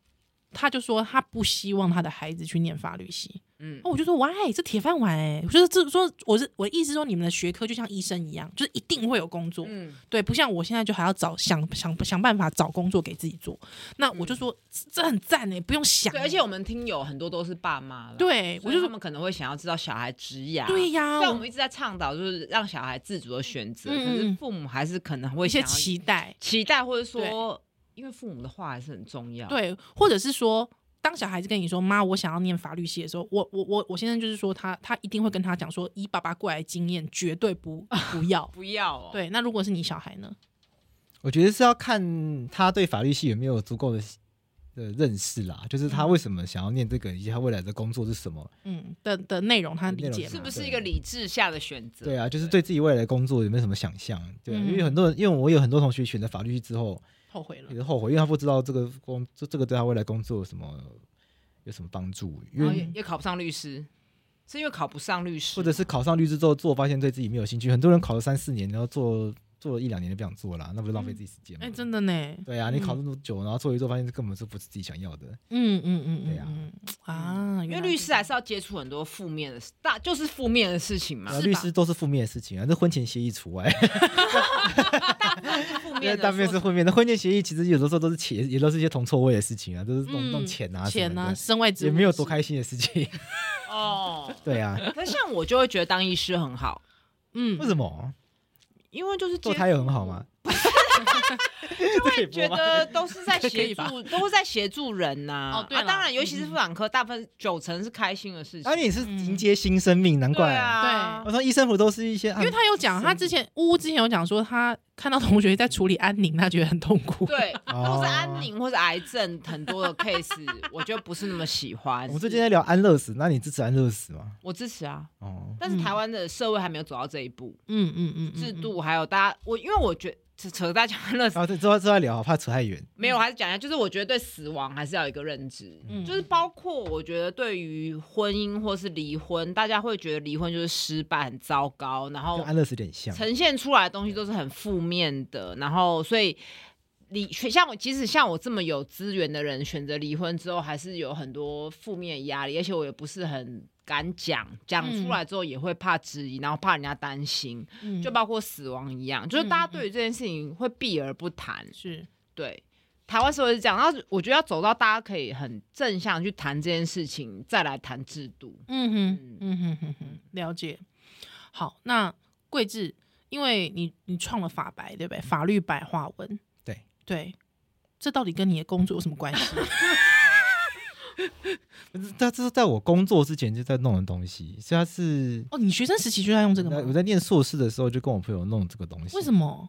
[SPEAKER 1] 他就说他不希望他的孩子去念法律系。
[SPEAKER 2] 嗯
[SPEAKER 1] 那，我就说，why 这铁饭碗哎、我就是这说我是我的意思说，你们的学科就像医生一样，就是一定会有工作，
[SPEAKER 2] 嗯，
[SPEAKER 1] 对，不像我现在就还要找想想想办法找工作给自己做。那我就说、这这很赞哎、不用想欸、
[SPEAKER 2] 嗯对，而且我们听友很多都是爸妈啦，，
[SPEAKER 1] 对我
[SPEAKER 2] 我
[SPEAKER 1] 就
[SPEAKER 2] 就
[SPEAKER 1] 说
[SPEAKER 2] 他们可能会想要知道小孩职涯，
[SPEAKER 1] 对呀，
[SPEAKER 2] 虽然我们一直在倡导就是让小孩自主的选择，
[SPEAKER 1] 嗯嗯
[SPEAKER 2] 可是
[SPEAKER 1] 嗯
[SPEAKER 2] 父母还是可能
[SPEAKER 1] 有
[SPEAKER 2] 会
[SPEAKER 1] 一些
[SPEAKER 2] 想要
[SPEAKER 1] 期待，
[SPEAKER 2] 期待，或者说，因为父母的话还是很重要。，
[SPEAKER 1] 对，或者是说。当小孩子跟你说“妈，我想要念法律系”的时候，我我我我先生就是说他他一定会跟他讲说，以爸爸过来的经验，绝对不不要。
[SPEAKER 2] 不要、哦。，
[SPEAKER 1] 对，那如果是你小孩呢？
[SPEAKER 3] 我觉得是要看他对法律系有没有足够的的认识啦，就是他为什么想要念这个，以及他未来的工作是什么。
[SPEAKER 1] 嗯的的内容他
[SPEAKER 3] 内
[SPEAKER 1] 理
[SPEAKER 3] 容
[SPEAKER 1] 解
[SPEAKER 3] 是
[SPEAKER 2] 是
[SPEAKER 1] 嘛
[SPEAKER 2] 不？是一个理智下的选择？
[SPEAKER 3] 对啊，就是对自己未来的工作有没有什么想象？对啊、因
[SPEAKER 1] 嗯
[SPEAKER 3] 为
[SPEAKER 1] 啊
[SPEAKER 3] 很多人，因为我有很多同学选择法律系之后
[SPEAKER 1] 后悔了
[SPEAKER 3] 也，是后悔，因为他不知道这个工这这个对他未来工作有什么有什么帮助，因
[SPEAKER 2] 然后
[SPEAKER 3] 为
[SPEAKER 2] 也也考不上律师，是因为考不上律师，
[SPEAKER 3] 或者是考上律师之后做，发现对自己没有兴趣。很多人考了三四年，然后做做了一两年就不想做了，那不是浪费自己时间吗？
[SPEAKER 1] 哎，真的呢，
[SPEAKER 3] 对啊，你考
[SPEAKER 1] 嗯
[SPEAKER 3] 那么久，然后做一做，发现这根本就不是自己想要的。
[SPEAKER 1] 嗯嗯嗯，
[SPEAKER 3] 对
[SPEAKER 1] 嗯
[SPEAKER 3] 啊
[SPEAKER 1] 嗯啊，
[SPEAKER 2] 因
[SPEAKER 1] 因
[SPEAKER 2] 为律师还是要接触很多负面的事，大就是负面的事情嘛
[SPEAKER 3] 然，后啊律师都是负面的事情啊，那婚前协议除外。
[SPEAKER 2] 负
[SPEAKER 3] 因为 (laughs)
[SPEAKER 2] 面的
[SPEAKER 3] 单面是
[SPEAKER 2] 说
[SPEAKER 3] 负面的，婚前协议其实有的时候都是钱，也都是一些铜臭味的事情啊，都是弄、弄
[SPEAKER 1] 嗯
[SPEAKER 3] 钱啊什么
[SPEAKER 1] 钱
[SPEAKER 3] 的
[SPEAKER 1] 啊，身外之
[SPEAKER 3] 也
[SPEAKER 1] 物
[SPEAKER 3] 没有
[SPEAKER 1] 是
[SPEAKER 3] 多，开心的
[SPEAKER 1] (laughs)
[SPEAKER 3] 事情。
[SPEAKER 2] 哦。
[SPEAKER 3] 对啊，
[SPEAKER 2] 可是像我就会觉得当医师很好，
[SPEAKER 1] 嗯
[SPEAKER 3] 为，什么
[SPEAKER 2] 因为就是接
[SPEAKER 3] 做他也很
[SPEAKER 1] (laughs)
[SPEAKER 3] 好吗？ (laughs) 就会
[SPEAKER 2] 觉得都是 (laughs) 在协助，都是在协助人呐、
[SPEAKER 1] 哦对
[SPEAKER 2] 啊，
[SPEAKER 1] 啦
[SPEAKER 2] 当然，尤其是妇产科，大部分九成是开心的事情。
[SPEAKER 3] 啊，你
[SPEAKER 1] 嗯
[SPEAKER 3] 是迎接新生命，难
[SPEAKER 2] 对
[SPEAKER 3] 怪。
[SPEAKER 2] 啊，
[SPEAKER 3] 我说医生服都是一些，啊
[SPEAKER 1] 因为他有讲，他之前呜呜之前有讲说，他看到同学在处理安宁，他觉得很痛苦。
[SPEAKER 2] (laughs) 对，
[SPEAKER 3] 哦
[SPEAKER 2] 或是安宁，或是癌症，很多的 case，我就不是那么喜欢。
[SPEAKER 3] 我们最近在聊安乐死，那你支持安乐死吗？
[SPEAKER 2] 我支持啊，
[SPEAKER 3] 哦，
[SPEAKER 2] 但是台湾的社会还没有走到这一步，
[SPEAKER 1] 嗯嗯嗯，嗯
[SPEAKER 2] 制，度还有大家，我因为我觉扯扯大家乐死
[SPEAKER 3] 然后这之后之后再聊，怕扯太远。
[SPEAKER 2] 没有，我还是讲一下，就是我觉得对死亡还是要有一个认知，
[SPEAKER 1] 嗯
[SPEAKER 2] 就是包括我觉得对于婚姻或是离婚，大家会觉得离婚就是失败、很糟糕，然
[SPEAKER 1] 哦
[SPEAKER 3] 跟
[SPEAKER 2] 后
[SPEAKER 3] 安乐死有点像，
[SPEAKER 2] 呈现出来的东西都是很负面的，然后所以。离像我，即使像我这么有资源的人，选择离婚之后，还是有很多负面的压力，而且我也不是很敢讲，讲出来之后也会怕质疑，然后怕人家担心，
[SPEAKER 1] 嗯
[SPEAKER 2] 就包括死亡一样，就是大家对于这件事情会避而不谈。
[SPEAKER 1] 嗯是
[SPEAKER 2] 对，台湾社会是这样，然后我觉得要走到大家可以很正向去谈这件事情，再来谈制度。
[SPEAKER 1] 嗯哼，嗯哼哼哼，了解。好，那桂智，因为你你创了法白，对不对？法律白话文，
[SPEAKER 3] 嗯对
[SPEAKER 1] 对，这到底跟你的工作有什么关系？
[SPEAKER 3] 但是但这是在我工作之前就在弄的东西，所以他是
[SPEAKER 1] 哦，你学生时期就在用这个
[SPEAKER 3] 我在我
[SPEAKER 1] 吗？
[SPEAKER 3] 在念硕士的时候就跟我朋友弄这个东西。
[SPEAKER 1] 为什么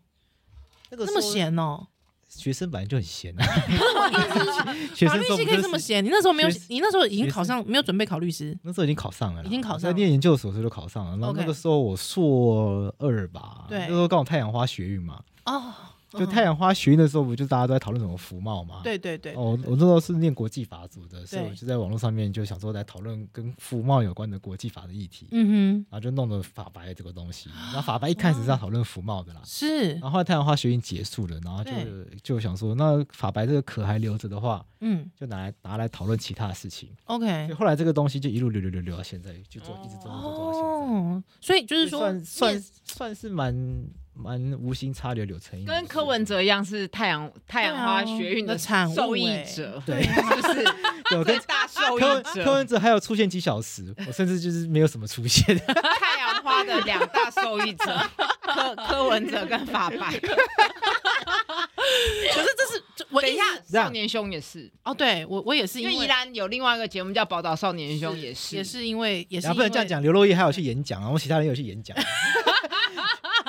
[SPEAKER 3] 那个
[SPEAKER 1] 那么
[SPEAKER 3] 时候
[SPEAKER 1] 闲哦？
[SPEAKER 3] 学生本来就很闲啊，
[SPEAKER 1] (laughs)
[SPEAKER 3] 学
[SPEAKER 1] 法
[SPEAKER 3] 生
[SPEAKER 1] 律
[SPEAKER 3] 时候
[SPEAKER 1] 系
[SPEAKER 3] 不
[SPEAKER 1] 可以
[SPEAKER 3] 就
[SPEAKER 1] 这么
[SPEAKER 3] 是。
[SPEAKER 1] 闲？你那时候没有
[SPEAKER 3] 学，
[SPEAKER 1] 你那时候已经
[SPEAKER 3] 学
[SPEAKER 1] 考上，没有准备考律师。
[SPEAKER 3] 那时候已经考上了啦，
[SPEAKER 1] 已经考上
[SPEAKER 3] 我在念研究所的时候就考上了。然后
[SPEAKER 1] OK
[SPEAKER 3] 那个时候我硕二吧，
[SPEAKER 1] 对
[SPEAKER 3] 那时候刚好太阳花学运嘛，
[SPEAKER 1] 哦，
[SPEAKER 3] 就太阳花学运的时候，不就大家都在讨论什么服贸嘛？。
[SPEAKER 1] 对对对，
[SPEAKER 3] 哦，我那时候是念国际法组的，所以
[SPEAKER 1] 对
[SPEAKER 3] 我就在网络上面就想说来讨论跟服贸有关的国际法的议题，
[SPEAKER 1] 嗯
[SPEAKER 3] 然后就弄了法白这个
[SPEAKER 1] (gasps)
[SPEAKER 3] 东西。然后法白一开始
[SPEAKER 1] 哦
[SPEAKER 3] 是要讨论服贸的啦
[SPEAKER 1] 哼，， (laughs) 是
[SPEAKER 3] 然，后后来太阳花学运结束了，然后就
[SPEAKER 1] 对
[SPEAKER 3] 就想说，那法白这个壳还留着的话，
[SPEAKER 1] 嗯
[SPEAKER 3] 就拿来拿来讨论其他的事情。
[SPEAKER 1] ，OK
[SPEAKER 3] 所以。后来这个东西就一路流流流流到现在，就做一直做一直做到现在。
[SPEAKER 1] 哦，所以就是
[SPEAKER 3] 就
[SPEAKER 1] 说，
[SPEAKER 3] 算
[SPEAKER 1] 面
[SPEAKER 3] 算算是蛮蛮无心插柳柳成荫的事
[SPEAKER 2] 跟
[SPEAKER 3] 情，
[SPEAKER 2] 柯文哲一样是太阳太阳花学运
[SPEAKER 1] 啊那
[SPEAKER 2] 的
[SPEAKER 1] 产物
[SPEAKER 2] 受益
[SPEAKER 1] 欸
[SPEAKER 2] 者，
[SPEAKER 3] 对
[SPEAKER 2] 是不是
[SPEAKER 1] (laughs)
[SPEAKER 3] 有
[SPEAKER 2] 最
[SPEAKER 3] 跟
[SPEAKER 2] 大受益
[SPEAKER 3] 柯文柯
[SPEAKER 2] 者？
[SPEAKER 3] 文哲还有出现几小时，我甚至就是没有什么
[SPEAKER 1] (laughs)
[SPEAKER 3] 出现。
[SPEAKER 2] 太阳花的两大受益者，柯柯文哲跟法白。
[SPEAKER 1] 可是这是这我
[SPEAKER 2] 等一
[SPEAKER 1] 意
[SPEAKER 2] 下
[SPEAKER 1] 思，
[SPEAKER 2] 少年兄也是，
[SPEAKER 1] 哦，对我我也是
[SPEAKER 2] 因
[SPEAKER 1] 因
[SPEAKER 2] 为
[SPEAKER 1] 为
[SPEAKER 2] 宜兰有另外一个节目叫《宝岛少年兄》，也是
[SPEAKER 1] 也是因为也是
[SPEAKER 3] 然啊后不能
[SPEAKER 1] 因
[SPEAKER 3] 这样
[SPEAKER 1] 为，
[SPEAKER 3] 讲，刘若英还有去演讲，然后其他人有去演
[SPEAKER 1] (laughs)
[SPEAKER 3] 讲。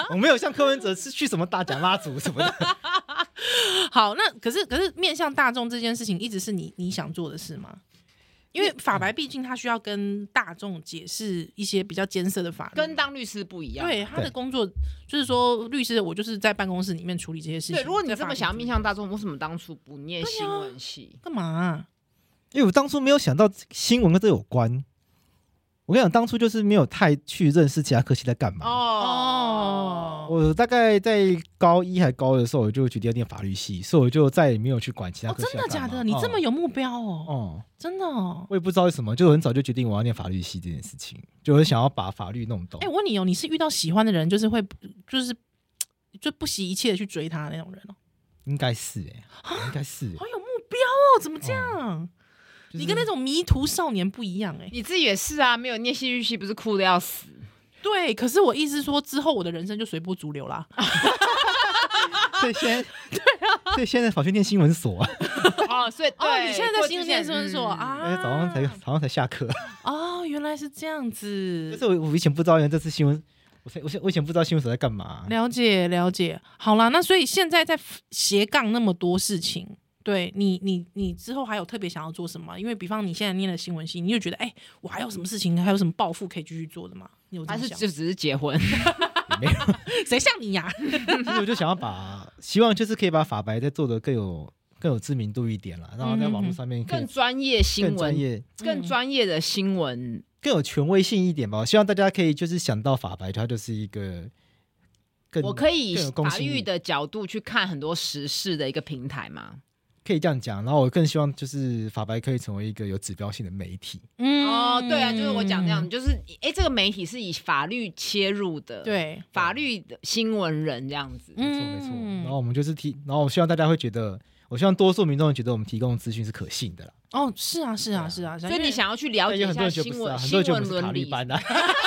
[SPEAKER 3] 我没有像柯文哲是去什么大奖拉组什么的，
[SPEAKER 1] 好，那可是可是面向大众这件事情，一直是你你想做的事吗？因为法白毕竟他需要跟大众解释一些比较艰涩的法律，
[SPEAKER 2] 跟当律师不一样。啊
[SPEAKER 1] 对他
[SPEAKER 3] 对
[SPEAKER 1] 的工作就是说，律师我就是在办公室里面处理这些事情。
[SPEAKER 2] 对，如果你
[SPEAKER 1] 在
[SPEAKER 2] 这
[SPEAKER 1] 法
[SPEAKER 2] 么
[SPEAKER 1] 庭
[SPEAKER 2] 想要
[SPEAKER 1] 处理
[SPEAKER 2] 面向大众，为什么当初不念
[SPEAKER 1] 对啊
[SPEAKER 2] 新闻系？
[SPEAKER 1] 干嘛啊、
[SPEAKER 3] 因为我当初没有想到新闻跟这有关。我跟你讲，当初就是没有太去认识其他科系在干嘛。
[SPEAKER 1] 哦
[SPEAKER 2] 哦，
[SPEAKER 3] 我大概在高一还高二的时候，我就决定要念法律系，所以我就再也没有去管其
[SPEAKER 1] 哦，
[SPEAKER 3] 他科系
[SPEAKER 1] 真的
[SPEAKER 3] 在干嘛。
[SPEAKER 1] 假的？你这么有目标哦，
[SPEAKER 3] 哦、嗯
[SPEAKER 1] 真的哦。
[SPEAKER 3] 我也不知道为什么，就很早就决定我要念法律系这件事情，就很想要把法律弄懂。
[SPEAKER 1] 哎、我问你哦，你是遇到喜欢的人，就是会就是就不惜一切的去追他的那种人哦，
[SPEAKER 3] 应该是哎、应该是、欸
[SPEAKER 1] 好有目标啊哦，怎么这样？你跟那种迷途少年不一样哎、
[SPEAKER 2] 你自己也是啊，没有念戏剧系不是哭的要死？
[SPEAKER 1] 对，可是我意思是说，之后我的人生就随波逐流啦。啊
[SPEAKER 3] 所
[SPEAKER 1] (laughs)
[SPEAKER 3] 以现在所以现在跑去念新闻所啊，
[SPEAKER 2] 哦，所以
[SPEAKER 1] 哦，
[SPEAKER 2] 对
[SPEAKER 1] (laughs) 你现在在
[SPEAKER 2] 过
[SPEAKER 1] 新
[SPEAKER 2] 之
[SPEAKER 1] 闻念
[SPEAKER 2] 前
[SPEAKER 1] 新闻所、
[SPEAKER 2] 嗯
[SPEAKER 3] 而
[SPEAKER 1] 啊？
[SPEAKER 3] 且哎早上才早上才下课。 (laughs)
[SPEAKER 1] 哦，原来是这样
[SPEAKER 3] 就
[SPEAKER 1] 子
[SPEAKER 3] 是。我我以前不知道，原来这次新闻，我才我现我以前不知道新闻所在干嘛、啊
[SPEAKER 1] 了解了解，好啦，那所以现在在斜杠那么多事情，对你，你你之后还有特别想要做什么？因为比方你现在念了新闻系，你就觉得哎、我还有什么事情，还有什么抱负可以继续做的吗？你有这
[SPEAKER 2] 还
[SPEAKER 1] 么
[SPEAKER 2] 是
[SPEAKER 1] 想？
[SPEAKER 2] 就只是结婚？
[SPEAKER 3] 也没有。
[SPEAKER 1] 谁像你呀、
[SPEAKER 3] 其实我就想要把，希望就是可以把法白再做的更有更有知名度一点啦，然后在网络上面可
[SPEAKER 2] (laughs) 嗯
[SPEAKER 3] 以
[SPEAKER 2] 更专业新
[SPEAKER 3] 更专
[SPEAKER 2] 闻，
[SPEAKER 3] 业、
[SPEAKER 2] 更专业的新闻，
[SPEAKER 3] 更有权威性一点吧。我希望大家可以就是想到法白，它就是一个更
[SPEAKER 2] 我可以以
[SPEAKER 3] 更有公
[SPEAKER 2] 法
[SPEAKER 3] 信
[SPEAKER 2] 律
[SPEAKER 3] 力
[SPEAKER 2] 的角度去看很多时事的一个平台嘛。
[SPEAKER 3] 可以这样讲。然后我更希望就是法白可以成为一个有指标性的媒体，
[SPEAKER 1] 嗯
[SPEAKER 2] (laughs) 哦，对啊，就是我讲这样，，就是哎，这个媒体是以法律切入的，，
[SPEAKER 1] 对，
[SPEAKER 2] 法律的新闻人这样子。
[SPEAKER 3] 没
[SPEAKER 1] 嗯
[SPEAKER 3] 错没错。然后我们就是提，然后我希望大家会觉得，我希望多数民众觉得我们提供的资讯是可信的啦。
[SPEAKER 1] 哦，是啊，是啊，
[SPEAKER 3] 对啊
[SPEAKER 1] 是啊，是啊
[SPEAKER 2] 所以你想要去了
[SPEAKER 3] 但
[SPEAKER 2] 解一
[SPEAKER 3] 有很
[SPEAKER 2] 下
[SPEAKER 3] 多人觉得
[SPEAKER 2] 新
[SPEAKER 3] 不是
[SPEAKER 2] 闻
[SPEAKER 3] 啊，很
[SPEAKER 2] 新
[SPEAKER 3] 多人觉得我
[SPEAKER 2] 闻
[SPEAKER 3] 们是塔
[SPEAKER 2] 伦
[SPEAKER 3] 利
[SPEAKER 2] 理，
[SPEAKER 3] 班啊。 (laughs)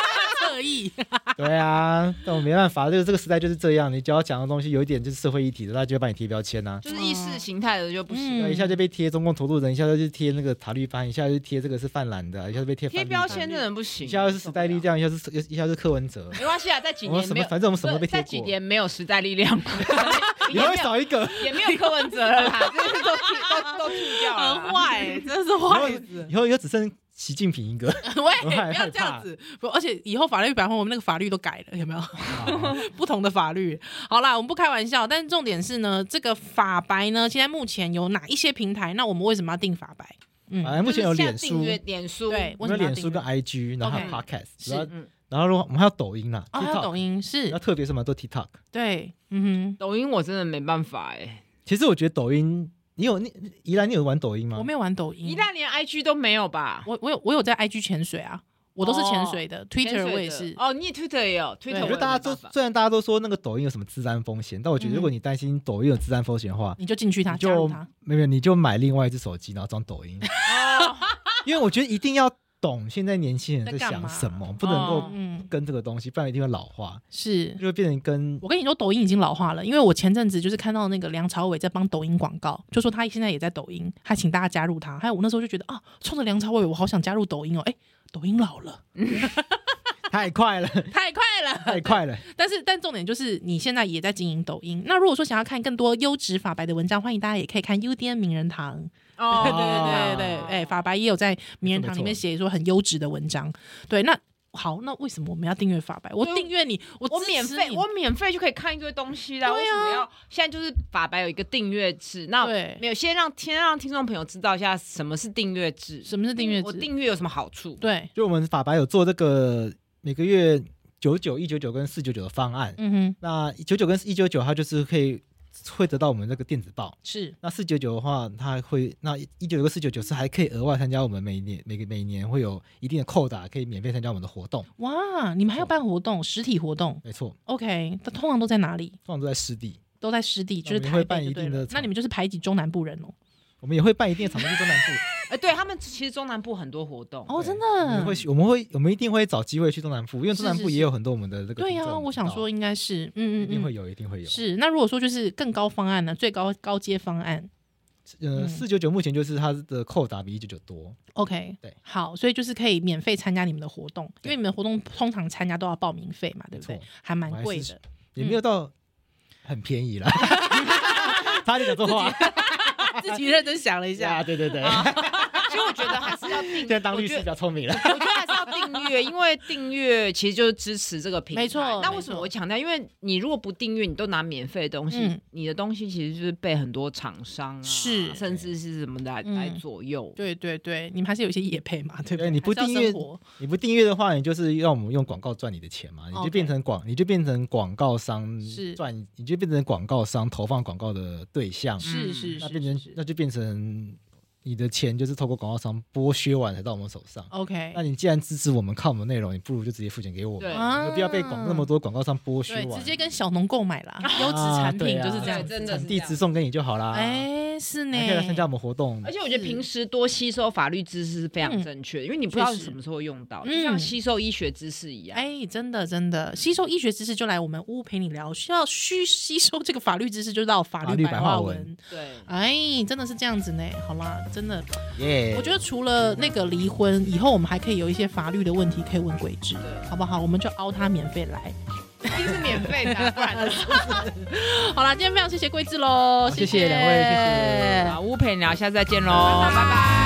[SPEAKER 1] 特意，
[SPEAKER 3] 对啊，但我没办法，这个这个时代就是这样，你只要讲的东西有一点就是社会议题的，大家就会把你贴标签呐、
[SPEAKER 2] 就是意识形态的就不行。
[SPEAKER 3] 对，一下就被贴中共投入人，一下就贴那个塔利班，一下就贴这个是泛蓝的，一下就被贴
[SPEAKER 2] 贴
[SPEAKER 3] 泛绿
[SPEAKER 2] 标
[SPEAKER 3] 的
[SPEAKER 2] 签的人不行，啊
[SPEAKER 3] 一下就是时代力量，一下是一下是柯
[SPEAKER 2] (laughs)
[SPEAKER 3] 文哲，
[SPEAKER 2] 没关系啊，在几
[SPEAKER 3] 我们
[SPEAKER 2] 年
[SPEAKER 3] 什
[SPEAKER 2] 没
[SPEAKER 3] 么
[SPEAKER 2] 有，
[SPEAKER 3] 反正我们什么都被贴
[SPEAKER 2] 在
[SPEAKER 3] 过，
[SPEAKER 2] 几年没有时代力量， (laughs)
[SPEAKER 3] 也会少一个，
[SPEAKER 2] 也没有柯文
[SPEAKER 1] (laughs)
[SPEAKER 2] 哲了啦，这些都都都剃掉了啦。
[SPEAKER 1] 哎很
[SPEAKER 2] (laughs)
[SPEAKER 1] 坏、真是坏子。
[SPEAKER 3] 以后以后只剩习近平一个，
[SPEAKER 1] (laughs) 喂，不
[SPEAKER 3] 我害
[SPEAKER 1] 要这样子。不，而且以后法律版本我们那个法律都改了，有没有？
[SPEAKER 3] 哦
[SPEAKER 1] (laughs) 不同的法律。好啦，我们不开玩笑，但是重点是呢，这个法白呢，现在目前有哪一些平台？那我们为什么要定法白？嗯，
[SPEAKER 3] (laughs) 反正目前有
[SPEAKER 2] 就是
[SPEAKER 3] 脸
[SPEAKER 2] 像
[SPEAKER 3] 书
[SPEAKER 2] 订，阅脸书，
[SPEAKER 1] 对，
[SPEAKER 3] 我
[SPEAKER 1] 为什么要
[SPEAKER 3] 们有脸
[SPEAKER 1] 定
[SPEAKER 3] 书跟
[SPEAKER 1] 法
[SPEAKER 3] IG，然后还有
[SPEAKER 2] 嗯
[SPEAKER 3] Podcast，
[SPEAKER 1] 是
[SPEAKER 3] 然后
[SPEAKER 2] 嗯，
[SPEAKER 3] 然后如果我们还有抖音啦啊
[SPEAKER 1] 哦，还有抖
[SPEAKER 3] ，TikTok，
[SPEAKER 1] 音
[SPEAKER 3] 然
[SPEAKER 1] 是，
[SPEAKER 3] 后特别是蛮多 TikTok。
[SPEAKER 1] 对，嗯
[SPEAKER 2] 抖音我真的没办法哎，
[SPEAKER 3] 其实我觉得抖音，你有你宜兰你有玩抖音吗？
[SPEAKER 1] 哼，我没有玩抖音，
[SPEAKER 2] 一旦连 IG 都没有吧？
[SPEAKER 1] 我我有我有在 IG 潜水啊，我都是潜水的、t w i t t e
[SPEAKER 2] 哦
[SPEAKER 1] r
[SPEAKER 2] 潜水
[SPEAKER 1] 我也
[SPEAKER 2] 的
[SPEAKER 1] 是，
[SPEAKER 2] 哦，你也 Twitter 也有
[SPEAKER 1] 对
[SPEAKER 2] ，Twitter
[SPEAKER 3] 我觉得大家都
[SPEAKER 2] 我也没办法
[SPEAKER 3] 虽然大家都说那个抖音有什么治安风险，但我觉得如果你担心抖音有治安风险的话，
[SPEAKER 2] 嗯
[SPEAKER 1] 你就进去它，
[SPEAKER 3] 你
[SPEAKER 1] 加入
[SPEAKER 3] 就
[SPEAKER 1] 它，
[SPEAKER 3] 没有你就买另外一只手机，然后装抖音，
[SPEAKER 2] 哦
[SPEAKER 3] (laughs) 因为我觉得一定要懂现在年轻人在
[SPEAKER 1] 在干
[SPEAKER 3] 想
[SPEAKER 1] 嘛
[SPEAKER 3] 什么，不能够
[SPEAKER 2] 哦
[SPEAKER 1] 嗯，
[SPEAKER 3] 跟这个东西，不然一定会老化，
[SPEAKER 1] 是
[SPEAKER 2] 嗯
[SPEAKER 3] 就。会变成跟
[SPEAKER 1] 我跟你说，抖音已经老化了，因为我前阵子就是看到那个梁朝伟在帮抖音广告，就说他现在也在抖音，还请大家加入他。还有我那时候就觉得啊，冲着梁朝伟，我好想加入抖音哦。哎，抖音老了，
[SPEAKER 3] 太快
[SPEAKER 2] (laughs)
[SPEAKER 3] 了，
[SPEAKER 1] 太快了。
[SPEAKER 3] 太快了，
[SPEAKER 1] 但是，但重点就是你现在也在经营抖音。那如果说想要看更多优质法白的文章，欢迎大家也可以看 UDN 名人堂。
[SPEAKER 2] 哦，
[SPEAKER 1] 对对对对，哎、法白也有在名人堂里面写说很优质的文章。对，那好，那为什么我们要订阅法白？我
[SPEAKER 2] 对
[SPEAKER 1] 订阅你，我
[SPEAKER 2] 我
[SPEAKER 1] 支持
[SPEAKER 2] 免费，
[SPEAKER 1] 你
[SPEAKER 2] 我免费就可以看一堆东西啦。
[SPEAKER 1] 对啊
[SPEAKER 2] 为什么要？现在就是法白有一个订阅制，那
[SPEAKER 1] 对
[SPEAKER 2] 没有先让先让听众朋友知道一下什么是订阅制，
[SPEAKER 1] 什么是订阅
[SPEAKER 2] 我
[SPEAKER 1] 制？
[SPEAKER 2] 订阅有什么好处？
[SPEAKER 1] 对，
[SPEAKER 3] 就我们法白有做这个每个月九九一九九跟四九九的方案，
[SPEAKER 1] 嗯哼，
[SPEAKER 3] 那九九跟一九九它就是可以会得到我们那个电子报。
[SPEAKER 1] 是
[SPEAKER 3] 那四九九的话，它会那一九九跟四九九是还可以额外参加我们每年每个每年会有一定的扣打，可以免费参加我们的活动。
[SPEAKER 1] 哇，你们还要办活动，实体活动
[SPEAKER 3] 没错，
[SPEAKER 1] ？OK，它通常都在哪里？
[SPEAKER 3] 通常都在湿地，
[SPEAKER 1] 都在湿地，
[SPEAKER 3] 那
[SPEAKER 1] 就
[SPEAKER 3] 我
[SPEAKER 1] 是
[SPEAKER 3] 们
[SPEAKER 1] 台
[SPEAKER 3] 哦会
[SPEAKER 1] 北
[SPEAKER 3] 办
[SPEAKER 1] 就
[SPEAKER 3] 一
[SPEAKER 1] 对
[SPEAKER 3] 定的
[SPEAKER 1] 了那
[SPEAKER 3] 场
[SPEAKER 1] 你们就是排挤中南部人哦。
[SPEAKER 3] 我们也会办一定的场地去中南
[SPEAKER 1] (laughs)
[SPEAKER 3] 部，
[SPEAKER 2] 哎，对他们其实中南部很多活动，
[SPEAKER 1] 哦，真
[SPEAKER 3] 我们
[SPEAKER 1] 的
[SPEAKER 3] 会。去我们会我们一定会找机会去中南部，因为中南
[SPEAKER 1] 是
[SPEAKER 3] 部
[SPEAKER 1] 是
[SPEAKER 3] 也有很多我们的这个
[SPEAKER 1] 对
[SPEAKER 3] 听
[SPEAKER 1] 呀、
[SPEAKER 3] 众
[SPEAKER 1] 我想说
[SPEAKER 3] 知
[SPEAKER 1] 应该是，
[SPEAKER 3] 道
[SPEAKER 1] 嗯
[SPEAKER 3] 一
[SPEAKER 1] 嗯
[SPEAKER 3] 定会
[SPEAKER 1] 嗯，
[SPEAKER 3] 有，一定会有。
[SPEAKER 1] 是。那如果说就是更高方案呢？最高高阶方案
[SPEAKER 3] 呃，
[SPEAKER 1] 嗯
[SPEAKER 3] 四九九目前就是它的扣打比一九九多，
[SPEAKER 1] ，OK，
[SPEAKER 3] 对
[SPEAKER 1] 好，所以就是可以免费参加你们的活动，因为你们的活动通常参加都要报名费嘛，对不对
[SPEAKER 3] 没错？
[SPEAKER 1] 还蛮
[SPEAKER 3] 我还
[SPEAKER 1] 贵
[SPEAKER 3] 是
[SPEAKER 1] 的，
[SPEAKER 3] 也没有到很便
[SPEAKER 1] (laughs)
[SPEAKER 3] 宜啦。 (laughs) 差点讲错话，
[SPEAKER 1] 自
[SPEAKER 2] (laughs)
[SPEAKER 1] 己认真想了一
[SPEAKER 3] 啊，
[SPEAKER 1] 下，
[SPEAKER 3] 对对对，
[SPEAKER 2] 其实我觉得还是
[SPEAKER 3] (laughs)
[SPEAKER 2] 要订，
[SPEAKER 3] 现在当
[SPEAKER 2] 我
[SPEAKER 3] 律师
[SPEAKER 2] 觉
[SPEAKER 3] 比
[SPEAKER 2] 得
[SPEAKER 3] 较聪明了。
[SPEAKER 2] 我觉得还是要订阅，因为订阅其实就是支持这个平台。
[SPEAKER 1] 没错
[SPEAKER 2] 那为什
[SPEAKER 1] 没
[SPEAKER 2] 么
[SPEAKER 1] 错
[SPEAKER 2] 我强调？因为你如果不订阅，你都拿免费的东西，
[SPEAKER 1] 嗯
[SPEAKER 2] 你的东西其实就是被很多厂商啊，
[SPEAKER 1] 是
[SPEAKER 2] 甚至是什么来、
[SPEAKER 1] 嗯
[SPEAKER 2] 来左右。
[SPEAKER 1] 对对对，你们还是有一些业配嘛，对不
[SPEAKER 3] 对，
[SPEAKER 1] 对？
[SPEAKER 3] 你不
[SPEAKER 1] 还是
[SPEAKER 3] 订
[SPEAKER 1] 要
[SPEAKER 3] 阅
[SPEAKER 1] 生活，
[SPEAKER 3] 你不订阅的话，你就是让我们用广告赚你的钱嘛，你就
[SPEAKER 1] OK
[SPEAKER 3] 变成广你就变成广告商
[SPEAKER 1] 是
[SPEAKER 3] 赚，你就变成广告商投放广告的对象，
[SPEAKER 1] 是是
[SPEAKER 3] 嗯那
[SPEAKER 1] 是
[SPEAKER 3] 变
[SPEAKER 1] 是
[SPEAKER 3] 成
[SPEAKER 1] 是
[SPEAKER 3] 那就变成你的钱就是透过广告商剥削完才到我们手上。
[SPEAKER 1] ，OK，
[SPEAKER 3] 那你既然支持我们看我们内容，你不如就直接付钱给
[SPEAKER 1] 嗯
[SPEAKER 3] 我
[SPEAKER 2] 对
[SPEAKER 1] 啊
[SPEAKER 3] 们，有必要被广那么多广告商剥削
[SPEAKER 1] 对，
[SPEAKER 3] 完，
[SPEAKER 1] 直接跟小农购买啦，优质
[SPEAKER 3] 啊
[SPEAKER 1] 产
[SPEAKER 3] 对
[SPEAKER 1] 品
[SPEAKER 3] 啊
[SPEAKER 1] 就是这样
[SPEAKER 2] 对
[SPEAKER 1] 子。
[SPEAKER 2] 真的
[SPEAKER 3] 产
[SPEAKER 2] 是
[SPEAKER 3] 地
[SPEAKER 2] 这样
[SPEAKER 3] 直送给你就好啦。
[SPEAKER 1] 哎，是呢，
[SPEAKER 3] 还可以来参加我们活动
[SPEAKER 2] 而，且我觉得平时多吸收法律知识是非常正确的，因为你不知道你什么时候会用到，
[SPEAKER 1] 嗯确
[SPEAKER 2] 就
[SPEAKER 1] 实
[SPEAKER 2] 像
[SPEAKER 1] 嗯
[SPEAKER 2] 吸收医学知识一样。
[SPEAKER 1] 哎，真的真的，吸收医学知识就来我们屋陪你聊，需要需吸收这个法律知识就到法
[SPEAKER 3] 法
[SPEAKER 1] 律
[SPEAKER 3] 律
[SPEAKER 1] 白
[SPEAKER 3] 白
[SPEAKER 1] 话
[SPEAKER 3] 话
[SPEAKER 1] 文。
[SPEAKER 3] 文
[SPEAKER 2] 对，
[SPEAKER 1] 哎，真的是这样子呢。好啦，真的，
[SPEAKER 3] 耶
[SPEAKER 1] 我！觉得除了那个离婚以后，我们还可以有一些法律的问题可以问鬼智，好不好？我们就凹他免费来。 (gasps)
[SPEAKER 2] 一定是免费的啊，不
[SPEAKER 1] (laughs)
[SPEAKER 2] 然呢
[SPEAKER 1] 好啦，今天非常谢谢桂智喽，
[SPEAKER 3] 谢谢两位谢谢
[SPEAKER 2] 好，乌陪你聊，下次再见喽，拜拜。